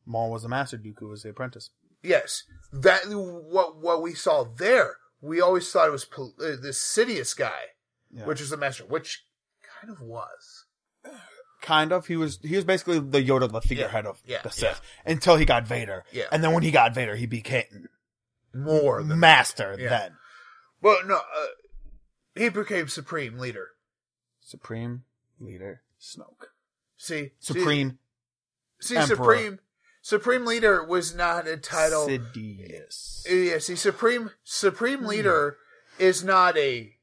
Maul was the master, Dooku was the apprentice. Yes, that what what we saw there. We always thought it was Pal- uh, this Sidious guy, Yeah. which is the master, which kind of was. Kind of, he was he was basically the Yoda, the figurehead of yeah, the Sith until he got Vader. Yeah. and then when he got Vader, he became More than master. Yeah. Then Mm-hmm. Well, no, uh, he became supreme leader. supreme leader Snoke, See, see- supreme see, Emperor. supreme, supreme leader was not a title. Sidious. Uh, Yeah, see, supreme, supreme leader is not a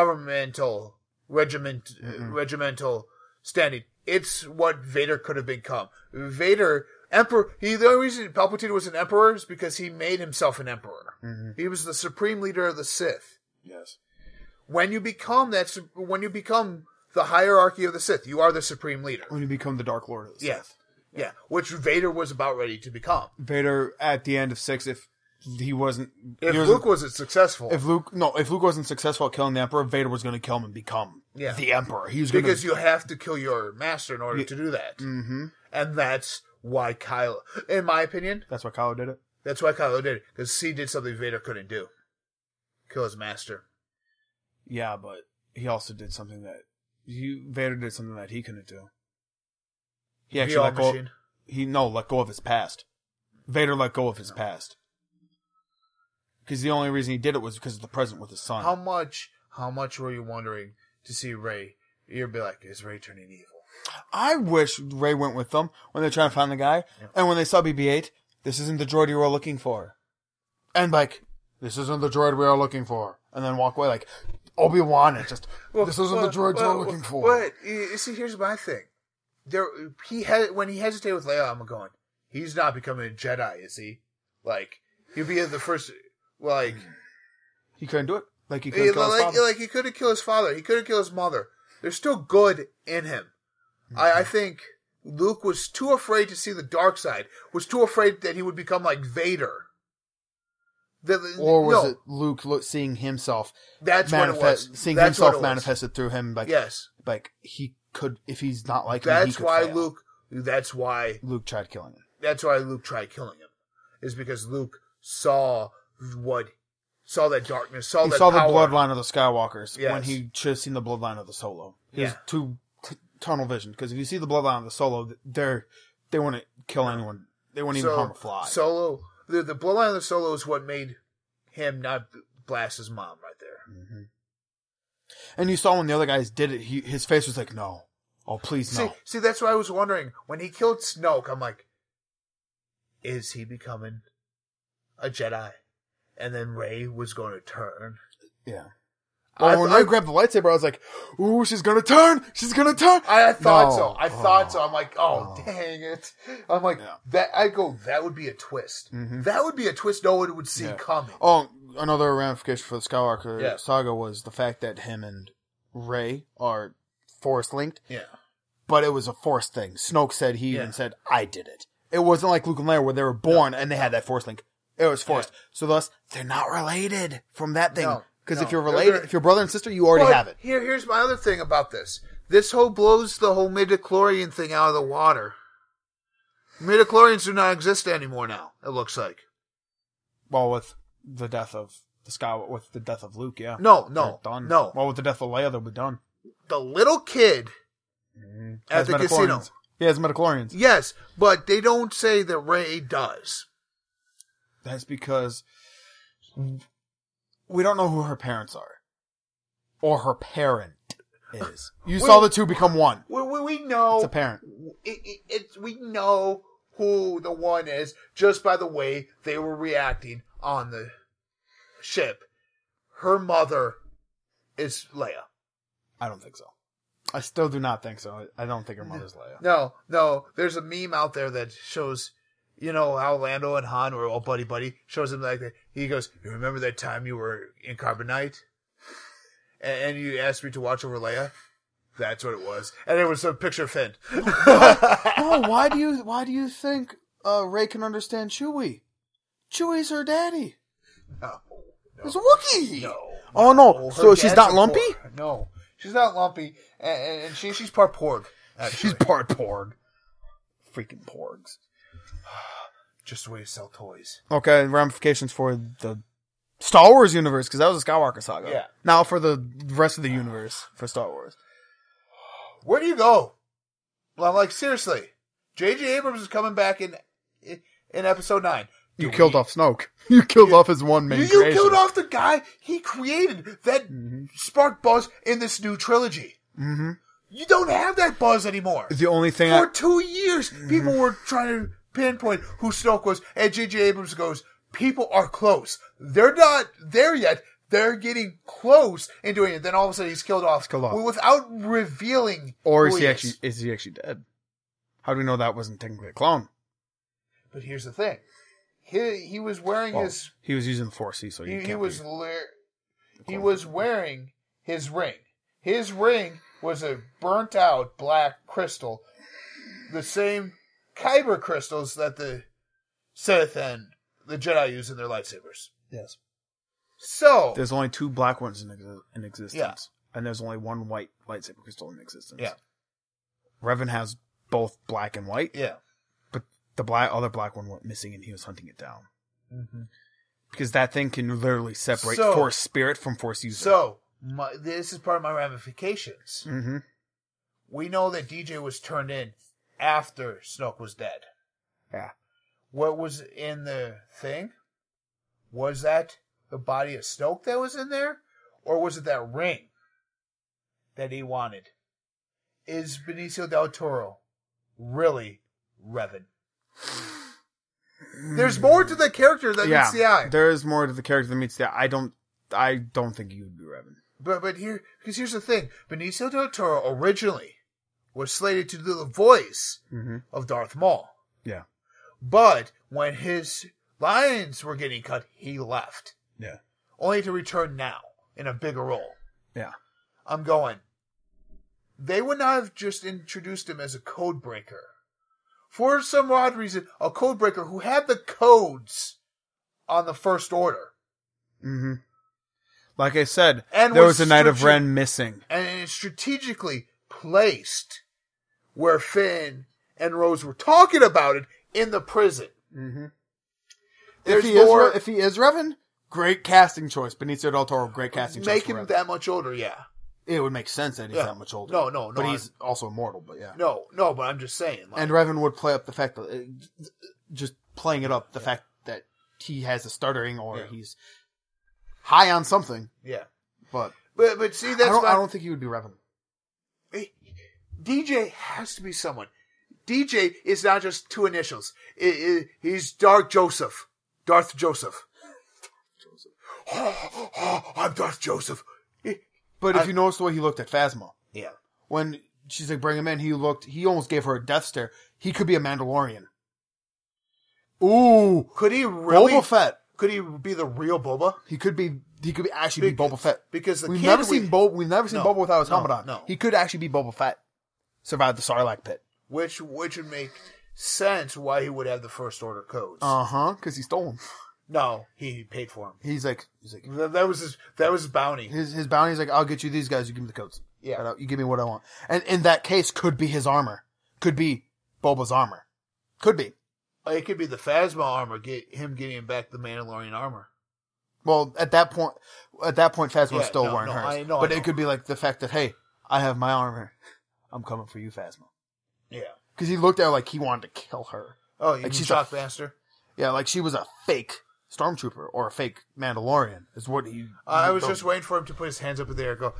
governmental regiment, uh, regimental standing. It's what Vader could have become. Vader, emperor. He the only reason Palpatine was an emperor is because he made himself an emperor. He was the supreme leader of the Sith. yes, When you become that, su- when you become the hierarchy of the Sith. You are the supreme leader. When you become the Dark Lord of the Sith. Yeah. Yeah. Which Vader was about ready to become. Vader at the end of six, if he wasn't, If he was Luke wasn't successful, if Luke, no, if Luke wasn't successful at killing the Emperor, Vader was going to kill him and become Yeah. the Emperor. He was going because to. you have to kill your master in order to do that. hmm And that's why Kylo, in my opinion, That's why Kylo did it. that's why Kylo did it. Because he did something Vader couldn't do kill his master. Yeah, but he also did something that you Vader did something that he couldn't do. He actually VR let go. machine. He no let go of his past. Vader let go of his past. Because the only reason he did it was because of the present with his son. How much, how much were you wondering to see Ray? You'd be like, is Ray turning evil? I wish Ray went with them when they're trying to find the guy, and when they saw BB-8, this isn't the droid you were looking for. And like, this isn't the droid we are looking for. And then walk away like Obi Wan. It just this isn't the droid you're looking for. But you you see, here's my thing. There, he had when he hesitated with Leia. I'm going. He's not becoming a Jedi, is he? Like he'd be the first. Like, He couldn't do it. Like he couldn't he, kill his like, father. like he couldn't kill his father. He couldn't kill his mother. There's still good in him. Mm-hmm. I, I think Luke was too afraid to see the dark side. Was too afraid that he would become like Vader. That- Or was no, it Luke look, seeing himself That's what it manifest, was. seeing That's what it himself was. manifested through him? Like, Yes, like he could if he's not like me, he that's could why fail. Luke. That's why Luke tried killing him. that's why Luke tried killing him, is because Luke saw what saw that darkness, saw He that saw power. the bloodline of the Skywalkers when Yes. he should have seen the bloodline of the Solo. He was Yeah. too t- tunnel vision because if you see the bloodline of the Solo, they're they wouldn't kill anyone. They wouldn't even harm a fly. Solo, the the bloodline of the Solo is what made him not blast his mom right there. Mm-hmm. and you saw when the other guys did it, he, his face was like, "No, oh please, no." See, see, that's why I was wondering when he killed Snoke. I'm like, is he becoming a Jedi? And then Ray was going to turn. yeah. I Well, when th- I grabbed the lightsaber, I was like, "Ooh, she's gonna turn! She's gonna turn!" I, I thought No. so. I Oh. thought so. I'm like, oh, Oh. dang it. I'm like Yeah. that. I go, that would be a twist. Mhm. That would be a twist no one would see Yeah. coming. Oh, another ramification for the Skywalker Yeah. saga was the fact that him and Ray are force linked, Yeah, but it was a force thing. Snoke said he Yeah. even said, "I did it." It wasn't like Luke and Leia where they were born and they had that force link. It was forced, so thus they're not related from that thing. No, Because if no. you're They're- related, they're- if you're brother and sister, you already But have it. Here, here's my other thing about this. This whole blows the whole midichlorian thing out of the water. Midichlorians do not exist anymore now. It looks like. Well, with the death of the Sky, with the death of Luke, yeah, No, no, They're done. no. Well, with the death of Leia, they'll be done. The little kid at As the casino. Metachlorians. Yeah, as Metachlorians. Yes, but they don't say that Ray does. That's because we don't know who her parents are. Or her parent is. You saw the two become one. We, we, we know It's a parent. it, it, it's we know who the one is just by the way they were reacting on the ship. Her mother is Leia. I don't think so. I still do not think so. I don't think her mother's Leia. No, no. There's a meme out there that shows, you know, how Lando and Han were all buddy buddy. Shows him like that. He goes, "You remember that time you were in Carbonite, and, and you asked me to watch over Leia? That's what it was." And it was a picture of Finn. No, why do you why do you think uh Ray can understand Chewie? Chewie's her daddy. No. It's Wookiee. No. Oh no. Well, her so she's dad's not a lumpy? porg. No, she's not lumpy, and, and, and she she's part porg. Actually. She's part porg. Freaking porgs. just the way to sell toys. Okay, ramifications for the Star Wars universe because that was a Skywalker saga. Yeah. Now for the rest of the universe for Star Wars. Where do you go? Well, I'm like seriously, J.J. Abrams is coming back in in episode nine. You Do killed we- off Snoke. You killed off his one main You, you killed off the guy he created that sparked buzz in this new trilogy. Mm-hmm. You don't have that buzz anymore. The only thing I, For two years, Mm-hmm. people were trying to pinpoint who Snoke was, and J.J. Abrams goes, "People are close. They're not there yet. They're getting close and doing it." Then all of a sudden, he's killed off, Killed off. without revealing. or who is he actually is he actually dead? How do we know that wasn't technically a clone? But here's the thing: he he was wearing Well, his he was using the Force, Oh, so you he, can't. he was be- lir- he was wearing his ring. His ring was a burnt out black crystal, the same kyber crystals that the Sith and the Jedi use in their lightsabers. Yes. So There's only two black ones in, exi- in existence. Yeah. And there's only one white lightsaber crystal in existence. Yeah. Revan has both black and white, yeah, but the black other black one went missing and he was hunting it down. mm-hmm. Because that thing can literally separate So- force spirit from force user. so my, this is part of my ramifications. hmm We know that DJ was turned in after Snoke was dead. Yeah. What was in the thing? Was that the body of Snoke that was in there, or was it that ring that he wanted? Is Benicio del Toro really Revan? There's more to the character than meets the eye. There is more to the character than meets the eye. I don't I don't think he would be Revan. But but here because here's the thing: Benicio del Toro originally was slated to do the voice Mm-hmm. of Darth Maul, Yeah. but when his lines were getting cut, he left, Yeah. only to return now in a bigger role. Yeah. I'm going. They would not have just introduced him as a code breaker. For some odd reason, a code breaker who had the codes on the First Order Mm-hmm. Like I said, And there was was a Knight of stretching- Ren missing. and it's strategically placed where Finn and Rose were talking about it in the prison. Mm-hmm. There's if he more- is Re- if he is Revan, great casting choice. Benicio del Toro, great casting Make choice. for him Revan. that much older, yeah. It would make sense that he's Yeah. that much older. No, no, no, But I- he's also immortal. But yeah, No, no, but I'm just saying. Like, and Revan would play up the fact that uh, just playing it up the fact that he has a stuttering or Yeah. he's high on something. yeah, But but but see, that's I don't. my, I don't think he would be Revan. DJ has to be someone. DJ is not just two initials. I i he's Dark Joseph, Darth Joseph. Oh, oh, I'm Darth Joseph. I- But if I- you notice the way he looked at Phasma Yeah, when she's like, "Bring him in," he looked. He almost gave her a death stare. He could be a Mandalorian. Ooh, could he really? Boba Fett. Could he be the real Boba? He could be. He could be actually be Because- Boba Fett. because the we've kid never we- seen Boba. We've never seen No, Boba without his no, helmet on. no. He could actually be Boba Fett. Survived the Sarlacc pit. Which which would make sense why he would have the first order codes. Uh huh. Because he stole him. no, he paid for He's like, he's like, him. That, that was his that was his bounty. his his bounty's like, I'll get you these guys. You give me the codes. Yeah. Right out. You give me what I want. And in that case, could be his armor. Could be Boba's armor. Could be. It could be the Phasma armor, get him getting back the Mandalorian armor. Well, at that point, at that point, Phasma Yeah, was still no, wearing no, hers. I know, I but know. it could be like the fact that, hey, I have my armor. I'm coming for you, Phasma. Yeah. Because he looked at her like he wanted to kill her. Oh, you Like mean she's shock a- master? Yeah, like she was a fake stormtrooper or a fake Mandalorian is what he. I was just waiting for him to put his hands up in the air and go,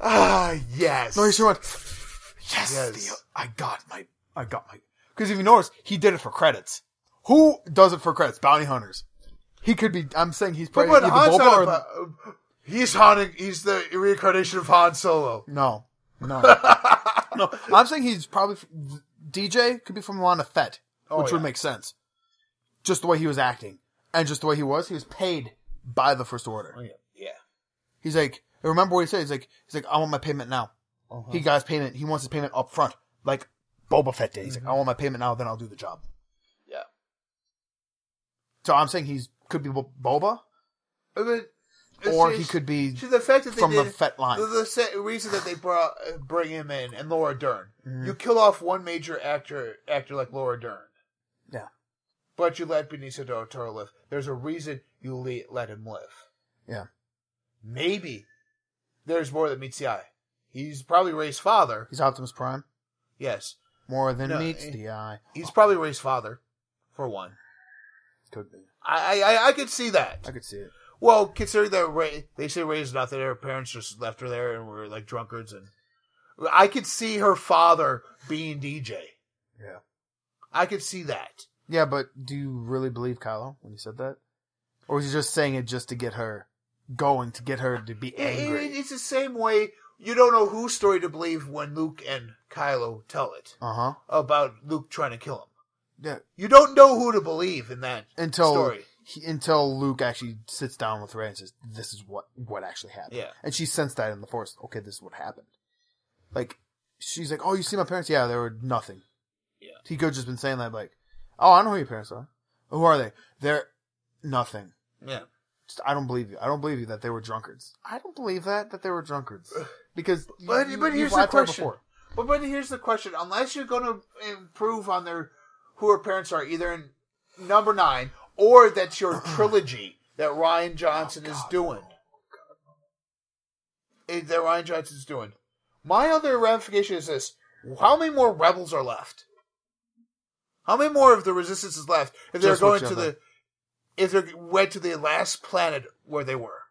ah, yes. No, he sure went. Yes, Yes. Theo, I got my, I got my. Because if you notice, he did it for credits. Who does it for credits? Bounty hunters. He could be. I'm saying he's but probably but either Han's Boba not or a, bo- he's Han, he's the reincarnation of Han Solo. no, no, no. I'm saying he's probably DJ could be from Lana Fett, Oh, which yeah. would make sense. Just the way he was acting, and just the way he was, he was paid by the First Order. yeah. yeah. He's like, I remember what he said. He's like, he's like, I want my payment now. He Uh-huh. got his payment. He wants his payment up front, like Boba Fett did. He's Mm-hmm. like, I want my payment now, then I'll do the job. Yeah. So I'm saying he's could be Bo- Boba, But, or it's- he could be See, the fact that they from the did- Fett line. The, the se- reason that they brought uh, bring him in and Laura Dern, Mm-hmm. you kill off one major actor actor like Laura Dern, yeah, but you let Benicio del Toro live. There's a reason you le- let him live. yeah. Maybe there's more that meets the eye. He's probably Ray's father. He's Optimus Prime, Yes, more than No, meets eh. the eye. he's probably Ray's father, for one. Could be. I I, I- I could see that. I could see it. Well, considering that Ray, they say Ray's not there, her parents just left her there and were like drunkards, and I could see her father being DJ. Yeah. I could see that. Yeah, but do you really believe Kylo when he said that, or was he just saying it just to get her going, to get her to be It- angry? it- it's the same way you don't know whose story to believe when Luke and Kylo tell it Uh huh. about Luke trying to kill him. Yeah. You don't know who to believe in that until story. he- until Luke actually sits down with Ray and says, "This is what what actually happened." Yeah. and she sensed that in the Force. Okay, this is what happened. Like, she's like, oh, you see my parents? Yeah, they were nothing. Yeah. Tico just been saying that, like, oh, I know who your parents are. Who are they? They're nothing. Yeah. Just, I don't believe you. I don't believe you that they were drunkards. I don't believe that that they were drunkards because. But, you- but you- here's I've the heard question. before. But, but here's the question. Unless you're going to improve on their who her parents are, either in number nine or that's your trilogy that Ryan Johnson Oh, is doing. Eh, That Ryan Johnson's doing. My other ramification is this: How many more rebels are left? How many more of the resistance is left if they're Just going whichever. to the if they are went to the last planet where they were?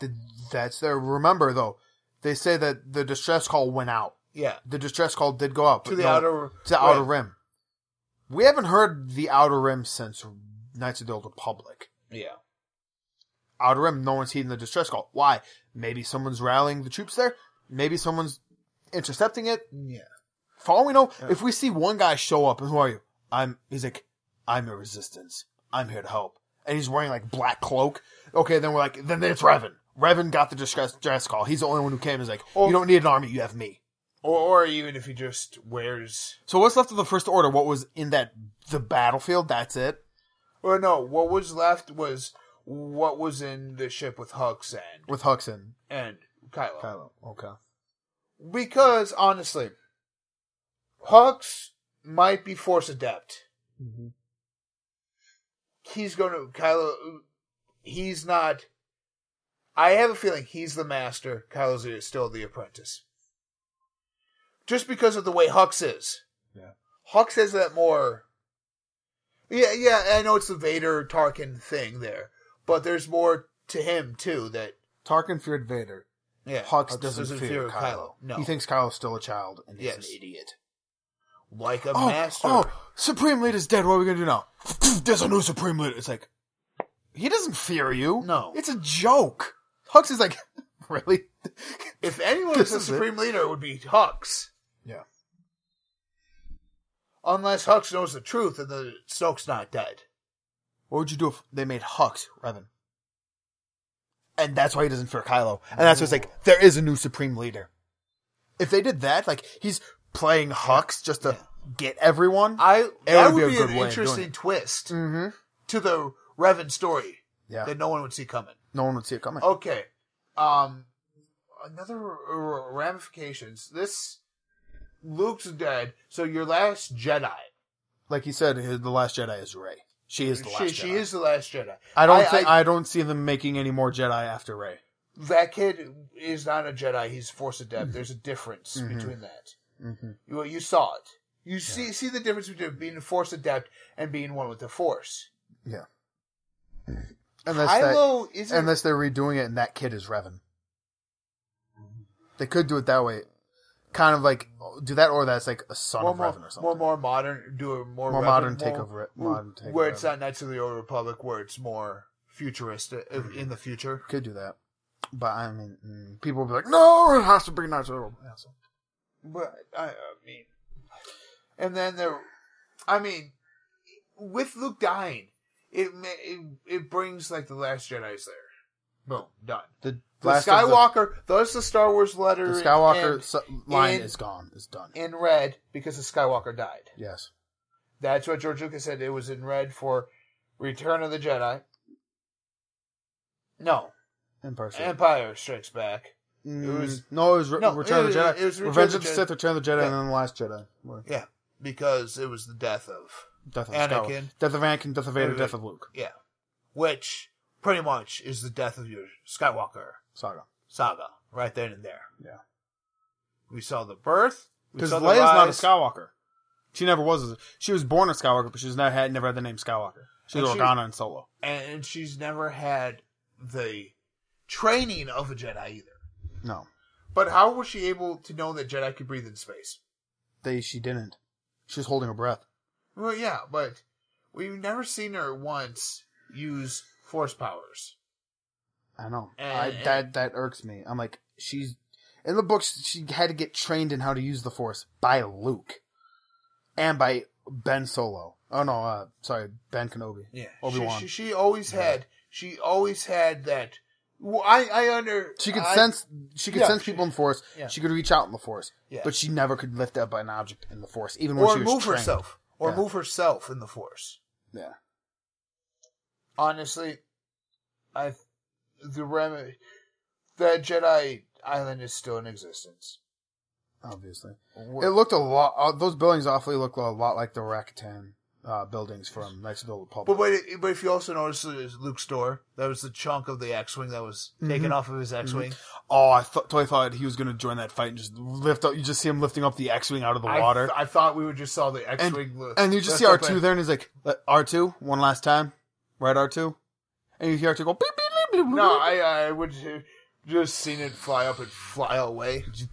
Th- That's their. Remember though, they say that the distress call went out. Yeah, The distress call did go out to but the no- outer to the outer rim. We haven't heard the outer rim since Knights of the Old Republic. Yeah. Outer rim, no one's heeding the distress call. Why? Maybe someone's rallying the troops there. Maybe someone's intercepting it. Yeah, For all we know, if we see one guy show up, and who are you? I'm. He's like, I'm your resistance. I'm here to help. And he's wearing like black cloak. Okay, then we're like, then it's Revan. Revan got the distress, distress call. He's the only one who came. Is like, Or- you don't need an army. You have me. or or even if he just wears So what's left of the first order? What was in that the battlefield? That's it. Well, no, what was left was what was in the ship with Hux and With Huxon. and Kylo. Kylo. Okay. Because honestly, Hux might be Force adept. He's going to Kylo. He's not. I have a feeling he's the master. Kylo's is still the apprentice. Just because of the way Hux is. Yeah. Hux has that more. Yeah, yeah. I know it's the Vader Tarkin thing there, but there's more to him too. That Tarkin feared Vader. yeah, Hux, doesn't, fear, of Kylo. No, He thinks Kylo's still a child and he's Yes. an idiot. like a Oh, master. Supreme Leader's dead. What are we gonna do now? There's a new Supreme Leader. It's like he doesn't fear you. No. it's a joke. Hux is like, really? If anyone was This the is it. supreme leader, it would be Hux. Yeah. Unless Hux knows the truth and the Snoke's not dead. What would you do if they made Hux Revan? And that's why he doesn't fear Kylo. And that's why it's like there is a new Supreme Leader. If they did that, like he's playing Hux just to get everyone. I that would, would be be, a good way an of doing interesting it. twist mm-hmm. to the Revan story Yeah, that Oh. no one would see coming. no one would see it coming. Okay. Um another r- r- ramifications. This Luke's dead, so your last Jedi. like he said, his- the Last Jedi is Rey. She is the she, Last Jedi. she is the last Jedi. I don't think I, don't see them making any more Jedi after Rey. that kid is not a Jedi. He's Force Mm-hmm. adept. There's a difference between that. You, you saw it. You see see the difference between being a Force adept and being one with the Force. Yeah. Mm-hmm. Unless Kylo that, isn't. unless they're redoing it and that kid is Revan. They could do it that way. Kind of like do that or that's like a son more, of more, Revan or something. more, more modern, do a more, More Revan- modern take of Re- modern take of where it's Revan. not Knights of the Old Republic, where it's more futuristic uh, Mm-hmm. in the future. could do that. But I mean mm, people will be like, No, it has to be natural. But I, I mean, and then there, I mean, with Luke dying, it ma- it, it brings like the Last Jedi's there. Boom, done. The, The last of Skywalker, thus the Star Wars the, letter, the Skywalker in- su- line in- is gone, is done. in, red because the Skywalker died. yes. That's what George Lucas said. It was in red for Return of the Jedi. No, In person. Empire Strikes Back. Mm, was- no, it was Re- no, Return of it- the Jedi. it was Return of Revenge the of the Jedi. Sith, Return of the Jedi, Yeah. and then the Last Jedi. Where- Yeah, because it was the death of Death of Anakin. Skywalker. Death of Anakin, Death of Vader, Wait, Death of Luke. Yeah. Which pretty much is the death of your Skywalker Saga. saga, right then and there. Yeah. We saw the birth. we Because saw the Leia's not a rise, Skywalker. She never was. A, she was born a Skywalker, but she's never had never had the name Skywalker. She's And she- Organa and Solo. and and she's never had the training of a Jedi either. No, But how was she able to know that Jedi could breathe in space? they she didn't. She was holding her breath. Well, yeah, but we've never seen her once use Force powers. I know. I, And- that that irks me. I'm like she's in the books. She had to get trained in how to use the Force by Luke, and by Ben Solo. Oh no, uh, sorry, Ben Kenobi. Yeah, Obi Wan. She, she, she always had. She always had that Well, I I under She could I- sense she could Yeah, sense she- people in the forest. yeah. She could reach out in the forest. Yeah. But she never could lift up an object in the forest, even when or she was move trained. herself or Yeah. move herself in the force. Yeah. Honestly, I the remedy that Jedi Island is still in existence. Obviously. We're- It looked a lot uh, those buildings awfully looked a lot like the Rakatan uh, buildings from Knights of the Old Republic. But wait, but if you also notice there's Luke's door, that was the chunk of the X-wing that was Mm-hmm. taken off of his X-wing. Oh, I th- totally thought he was going to join that fight and just lift up. You just see him lifting up the X wing out of the I- water, I, thought we would just saw the and, X-wing. li- and you just lift see R up two and- there, and he's like, "Uh, "R two, one last time, right? R two," and you hear R two go, beep, beep, beep, beep, No, I I would have just seen it fly up and fly away. beep."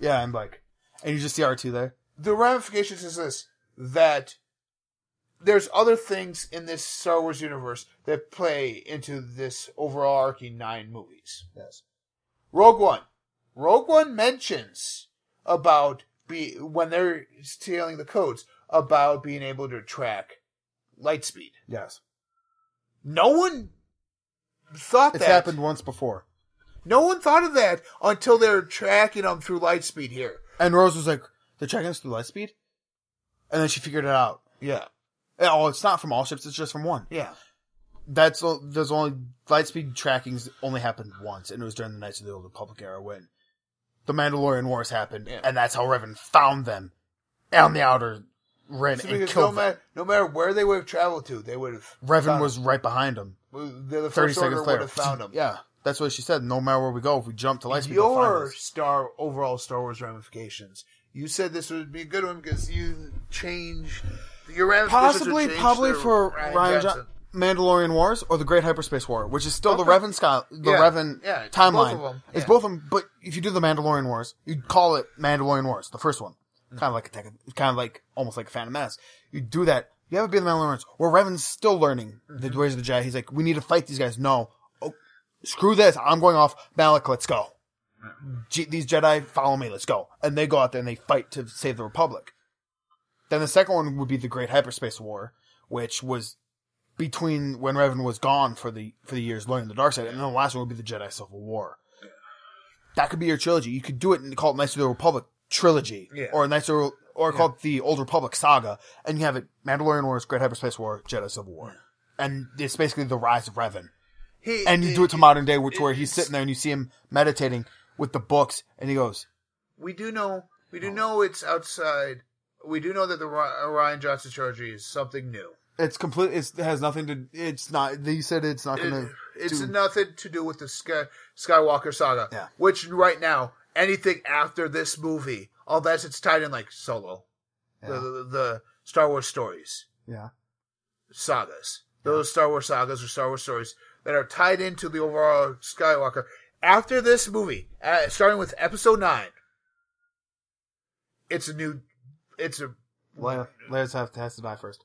yeah, and like, and you just see R two there. The ramifications is this that there's other things in this Star Wars universe that play into this overarching nine movies. Yes. Rogue One. Rogue One mentions about be when they're stealing the codes about being able to track light speed. Yes, No one thought it's that. happened once before, No one thought of that until they're tracking them through Lightspeed here. and Rose was like, "They're tracking us through light speed," and then she figured it out. Yeah. Oh, it's not from all ships; it's just from one. Yeah. that's o- there's only light speed trackings only happened once, and it was during the Knights of the Old Republic era when the Mandalorian Wars happened, Yeah. and that's how Revan found them on the outer rim So and because no, killed them. matter, no matter where they would have traveled to, they would have. Revan found was right behind him. them. The, the Thirty First Order seconds would later, have found them. Yeah, that's what she said. No matter where we go, if we jump to light speed, they'll find Your us. star overall Star Wars ramifications. You said this would be a good one because you change your ramifications. would possibly, change probably the for Ryan Johnson. Johnson. Mandalorian Wars or the Great Hyperspace War, which is still the Okay. Revan Sky, the Yeah. Revan Yeah, it's both timeline. of 'em. It's Yeah. both of them, but if you do the Mandalorian Wars, you'd call it Mandalorian Wars, the first one, kind Mm-hmm. of like Attack, of- kind of like almost like Phantom Menace. You do that, you have it be the Mandalorians, where Revan's still learning the Mm-hmm. ways of the Jedi. He's like, we need to fight these guys. No, oh, screw this, I'm going off Malak. Let's go. Mm-hmm. Je- these Jedi follow me. Let's go, and they go out there and they fight to save the Republic. Then the second one would be the Great Hyperspace War, which was between when Revan was gone for the for the years learning the dark side, and then the last one would be the Jedi Civil War. That could be your trilogy. You could do it and call it Knights of the Republic trilogy, Yeah. or Knights of or call it the Old Republic saga, and you have it Mandalorian Wars, Great Hyperspace War, Jedi Civil War, and it's basically the rise of Revan. He, And you do it to he- modern day, which where he's it's- sitting there and you see him meditating with the books, and he goes, We do know. We do know it's outside. We do know that the Ri- Ryan Johnson trilogy is something new. "It's complete. It's, it has nothing to. It's not. They said it's not It- going to. it's nothing to do with the Sky, Skywalker saga. Yeah. Which right now, anything after this movie, all that's it's tied in like Solo, the, Yeah. the the Star Wars stories, Yeah, sagas. Those Star Wars sagas or Star Wars stories that are tied into the overall Skywalker. After this movie, uh, starting with Episode Nine, it's a new. It's a Leia, Leia's have has to die first.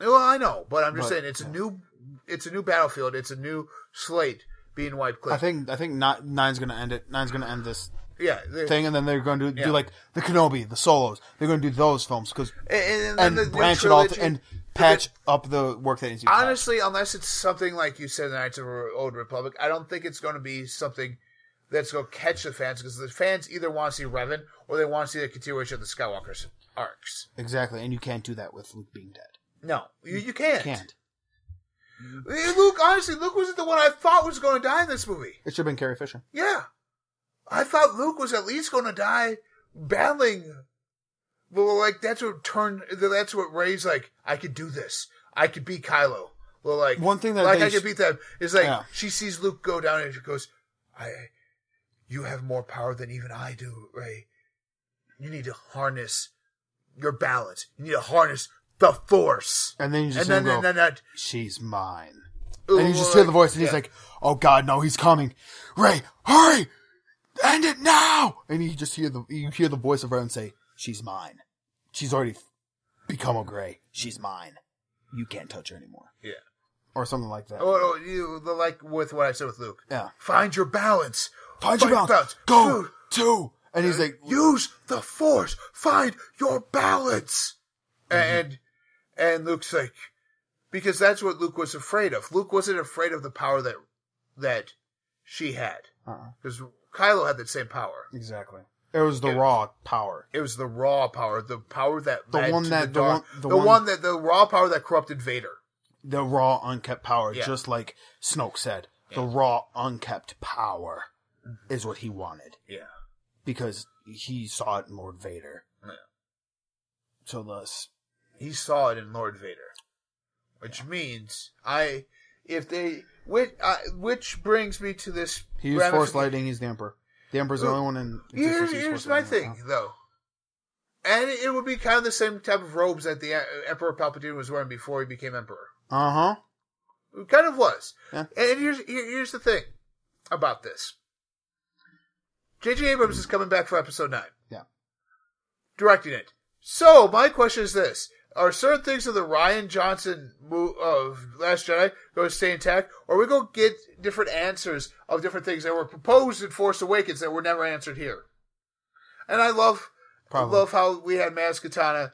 Well, I know, but I'm just But, saying it's yeah. a new, it's a new battlefield. It's a new slate being wiped clean. I think I think not, nine's gonna end it. Nine's gonna end this yeah, they- thing, and then they're gonna do, Yeah. do like the Kenobi, the Solos. They're gonna do those films because and, and, and the new branch it all trilogy- to, and patch up the work that needs to be patched. Honestly, unless it's something like you said, Knights of the Old Republic, I don't think it's going to be something that's going to catch the fans because the fans either want to see Revan or they want to see the continuation of the Skywalker's arcs. Exactly, and you can't do that with Luke being dead. No, you, you can't. Can't. Eh, Luke, honestly, Luke wasn't the one I thought was going to die in this movie. It should have been Carrie Fisher. Yeah. I thought Luke was at least going to die battling. Well, like, that's what turned, that's what Ray's like, I could do this. I could beat Kylo. Well, like, One thing that like, they I could sh- beat them is like, Yeah. she sees Luke go down and she goes, I, you have more power than even I do, Ray. You need to harness your balance. You need to harness the force. And then you just And see then, him go, and then that, "She's mine." And you just hear the voice, and he's yeah. like, "Oh God, no, he's coming! Ray, hurry, end it now!" And you just hear the you hear the voice of Revan say, "She's mine. She's already become a Gray. She's mine. You can't touch her anymore." Yeah. or something like that. Oh, oh, you, the, like with what I said with Luke. Yeah. Find your balance. Find your balance. Go two. And he's like, Use the force. Find your balance. Mm-hmm. And and Luke's like, because that's what Luke was afraid of. Luke wasn't afraid of the power that that she had. Uh-uh. Because Kylo had that same power. Exactly. It was the Yeah. raw power. It was the raw power, the power that The led one to that- the, the dark, one- the, the one, one- that the raw power that corrupted Vader. The raw unkept power, Yeah. just like Snoke said. The raw unkept power is what he wanted Yeah, because he saw it in Lord Vader. Yeah. So thus, he saw it in Lord Vader, which means I, if they, which, I, which brings me to this. he was Force Lightning. He's the Emperor. The Emperor's the only one in. Uh, Here, existence who's here's Force my Lightning thing, right though. And it it would be kind of the same type of robes that the uh, Emperor Palpatine was wearing before he became Emperor. now. Uh huh. It kind of was. Yeah. And here's here, here's the thing about this. J.J. Abrams is coming back for Episode Nine. Yeah. directing it. So my question is this: Are certain things of the Ryan Johnson mo- of Last Jedi going to stay intact, or we go get different answers of different things that were proposed in Force Awakens that were never answered here? And I love, Probably. love how we had Maz Katana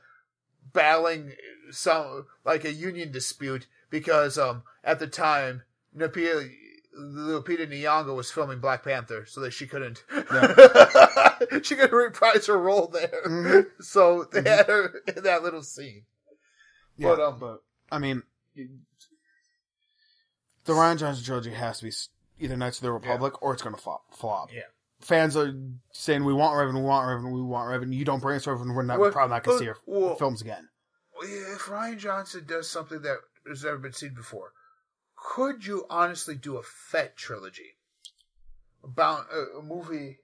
battling some like a union dispute because um at the time Napia Lupita Nyong'o was filming Black Panther, so that she couldn't she couldn't reprise her role there. Mhm. So they had her in that little scene. Yeah, But, um, but I mean, the Ryan Johnson trilogy has to be s- either Knights of the Republic or it's going to flop. Flop. Yeah. Fans are saying we want Revan, we want Revan, we want Revan. You don't bring us Revan, we're not Well, we're probably not going well, to see your well- films again. If Ryan Johnson does something that has never been seen before, could you honestly do a Fett trilogy about a, a movie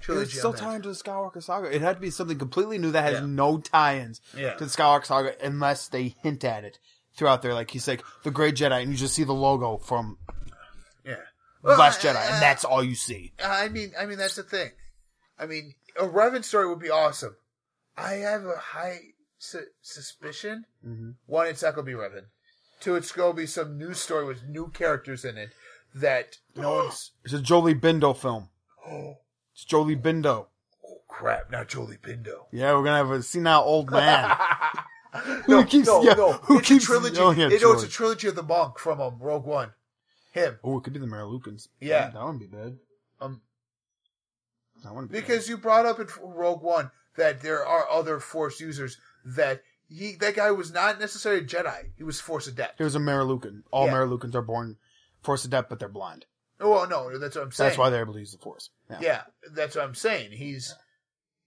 trilogy? It's still on that? tie into the Skywalker saga. It had to be something completely new that has Yeah. no tie-ins Yeah. to the Skywalker saga unless they hint at it throughout there. Like he's like the Great Jedi, and you just see the logo from Yeah. Last Well, Jedi, I- and that's all you see. I mean, I mean that's the thing. I mean, a Revan story would be awesome. I have a high su- suspicion. Mm-hmm. One, it's not gonna be Revan. Two, it's gonna be some new story with new characters in it that no one's. It's a Jolie Bindo film. Oh, It's Jolie Bindo. crap! Not Jolie Bindo. Yeah, we're gonna have a senile old man. No, Who keeps- no, yeah, no. who it's keeps a trilogy? yelling at it, no, it's a George? trilogy of the monk from um, Rogue One. Him, oh, it could be the Marilukins. Yeah. that wouldn't be bad. um, That wouldn't be because you brought up in Rogue One that there are other Force users that he that guy was not necessarily a Jedi. He was Force adept. bad. it was a Marilucan. All Yeah. Marilukins are born Force adept, but they're blind. Well, no, that's what I'm So saying. that's why they're able to use the Force. Yeah. Yeah, that's what I'm saying. He's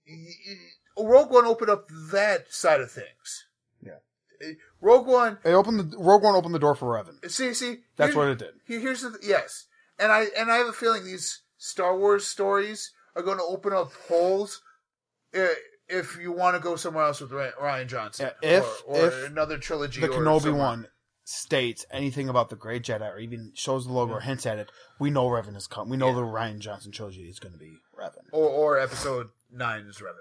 he- he- Rogue One opened up that side of things. Yeah. Eh, Rogue One. It opened the Rogue One opened the door for Revan. See, see, That's here- what it did. here- Here's the th- yes, and I and I have a feeling these Star Wars stories are going to open up holes. eh, If you want to go somewhere else with Ry- Ryan Johnson, Yeah, if- or, or if another trilogy, The or Kenobi somewhere. one states anything about the Great Jedi, or even shows the logo or hints at it. We know Revan is coming. We know the Ryan Johnson trilogy is going to be Revan. or or Episode Nine is Revan.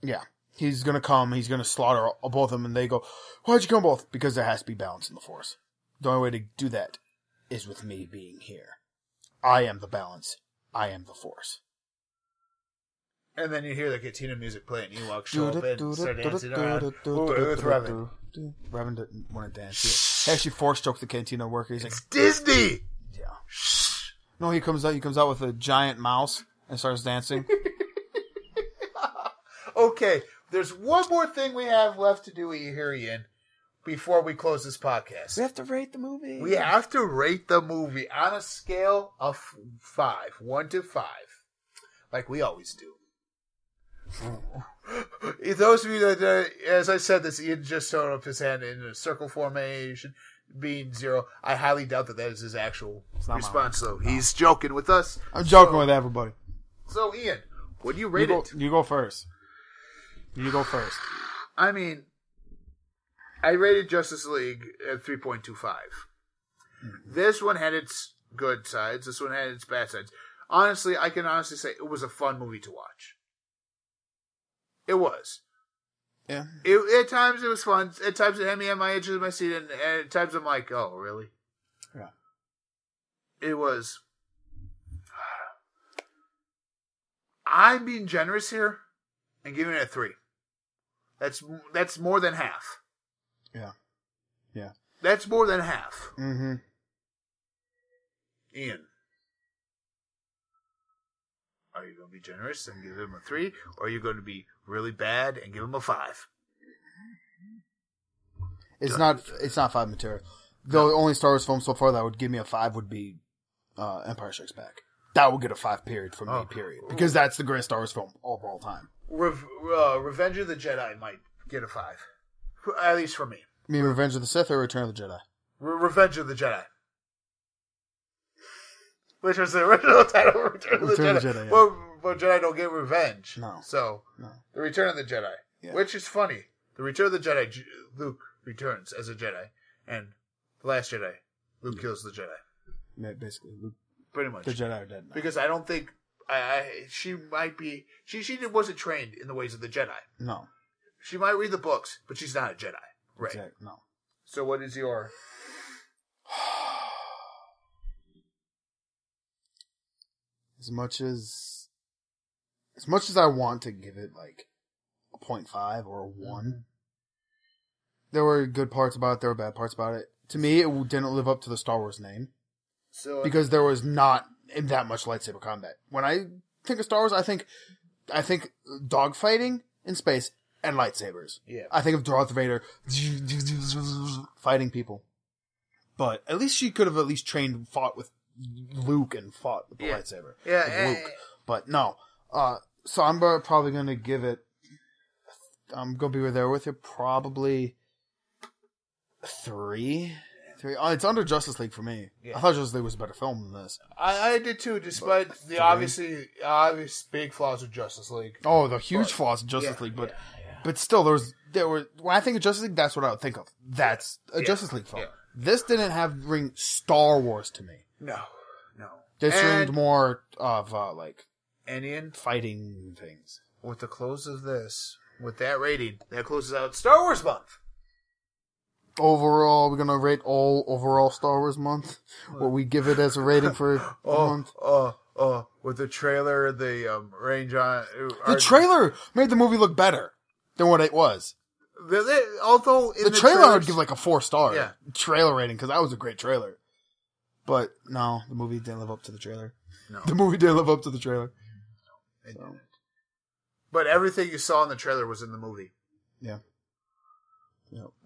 Yeah. He's gonna come. He's gonna slaughter all- both of them, and they go, "Why'd you kill 'em both?" Because there has to be balance in the force. The only way to do that is with me being here. I am the balance. I am the force. And then you hear the Katina music play, and Ewoks show up and start dancing around Ooh, with Revan. Revan didn't want to dance. He actually force choked the cantina worker. He's like, It's Disney. "Yeah." No, he comes out. He comes out with a giant mouse and starts dancing. Okay, there's one more thing we have left to do here, Ian, before we close this podcast. have to rate the movie. We have to rate the movie on a scale of f- five, one to five, like we always do. Those of you that, uh, as I said, this Ian just thrown up his hand in a circle formation, being zero. I highly doubt that that is his actual not my response, though. He's joking with us. I'm joking with everybody. So, Ian, would you You rate go, it? you go first. You go first. I mean, I rated Justice League at 3.25. This one had its good sides. This one had its bad sides. Honestly, I can honestly say it was a fun movie to watch. It was. Yeah. It, at times it was fun. At times it had me on my edges of my seat, and, and at times I'm like, "Oh, really?" Yeah. It was. I'm being generous here, and giving it a three. That's that's more than half. Yeah. Yeah. That's more than half. Mm-hmm. Ian, Are you going to be generous and give him a three, or are you going to be really bad and give him a five? It's not. It's not five material. The only Star Wars film so far that would give me a five would be uh, Empire Strikes Back. That would get a five period from me. Oh. Period. Because that's the greatest Star Wars film of all time. Rev- uh, Revenge of the Jedi might get a five, For- at least for me. I mean, Revenge of the Sith or Return of the Jedi. Re- Revenge of the Jedi. Which was the original title, Return of the Jedi. Return of the Jedi, yeah. Well, but Jedi don't get revenge. No. So, No. the Return of the Jedi, Yeah. which is funny. The Return of the Jedi, J- Luke returns as a Jedi, and the Last Jedi, Luke kills the Jedi. Yeah, basically, Luke- Pretty much. the Jedi are dead now. because I don't think I, I she might be she she wasn't trained in the ways of the Jedi. No, She might read the books, but she's not a Jedi. Right. exact- no. So what is your As much as, as much as I want to give it like a point five or a one, there were good parts about it. There were bad parts about it. To me, it didn't live up to the Star Wars name. so because there was not that much lightsaber combat. When I think of Star Wars, I think I think dogfighting in space and lightsabers. yeah I think of Darth Vader fighting people. But at least she could have at least trained, fought with Luke, and fought with the Yeah. lightsaber. yeah with eh, Luke. But no, uh, so I'm bro- probably gonna give it. I'm gonna be there with you probably three, three. Oh, it's under Justice League for me. Yeah. I thought Justice League was a better film than this. I, I did too, despite the obviously obvious big flaws of Justice League. Oh, the huge But- flaws in Justice Yeah, League, but yeah, yeah. but still, there was there were when I think of Justice League, that's what I would think of. That's a Yeah. Justice League film. Yeah. This didn't have ring Star Wars to me. no no This and, ringed more of uh, like and Ian fighting things. with the close of this with that rating that closes out Star Wars month. overall, we're gonna rate all overall Star Wars month. What we give it as a rating for the Oh month. oh oh with the trailer the um, range on The trailer made the movie look better than what it was. The- the- although in The, the, trailer I would trailers- give like a four star Yeah. trailer rating because that was a great trailer. But no, the movie didn't live up to the trailer. No. The movie didn't live up to the trailer. It So, didn't. but everything you saw in the trailer was in the movie. yeah.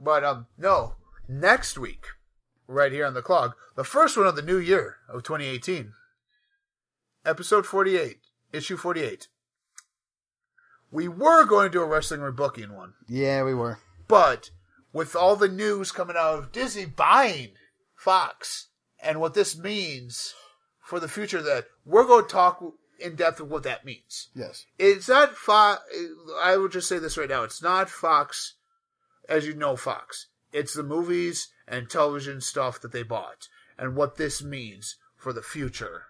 But um, no, next week, right here on the clog, the first one of the new year of 2018, episode 48, issue 48. We were going to do a wrestling rebooking one, Yeah, we were. but with all the news coming out of Disney buying Fox and what this means for the future, that we're going to talk in depth of what that means. Yes. it's not Fox. I will just say this right now. It's not Fox, as you know, Fox. It's the movies and television stuff that they bought and what this means for the future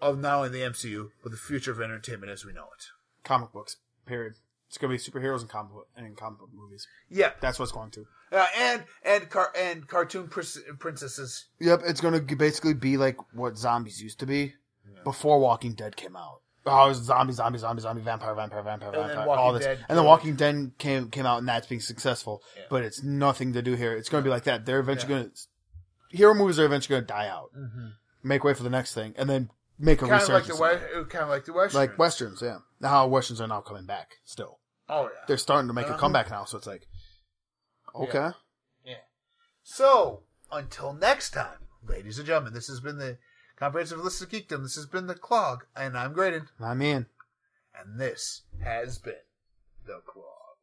of not only the MCU, but the future of entertainment as we know it. Comic books. Period. It's gonna be superheroes and comic book, and comic book movies. Yeah. That's what it's going to. Uh, and, and, car- and cartoon prince- princesses. Yep, it's gonna g- basically be like what zombies used to be before Walking Dead came out. Oh, it was zombie, zombie, zombie, zombie, vampire, vampire, vampire, then vampire, Walking all this, Dead and then killed Walking Dead came came out, and that's being successful. Yeah. But it's nothing to do here. It's gonna be like that. They're eventually gonna hero movies are eventually gonna die out. Make way for the next thing, and then make a Kind of Mm-hmm. like resurgence. the West, kind of like the West. like westerns, yeah. Now westerns are now coming back. Still, Oh yeah. they're starting to make a Uh-huh. comeback now. So it's like, okay, So, until next time, ladies and gentlemen, this has been the comprehensive list of geekdom. This has been the clog, and I'm Graydon. I'm in. And this has been The Claw.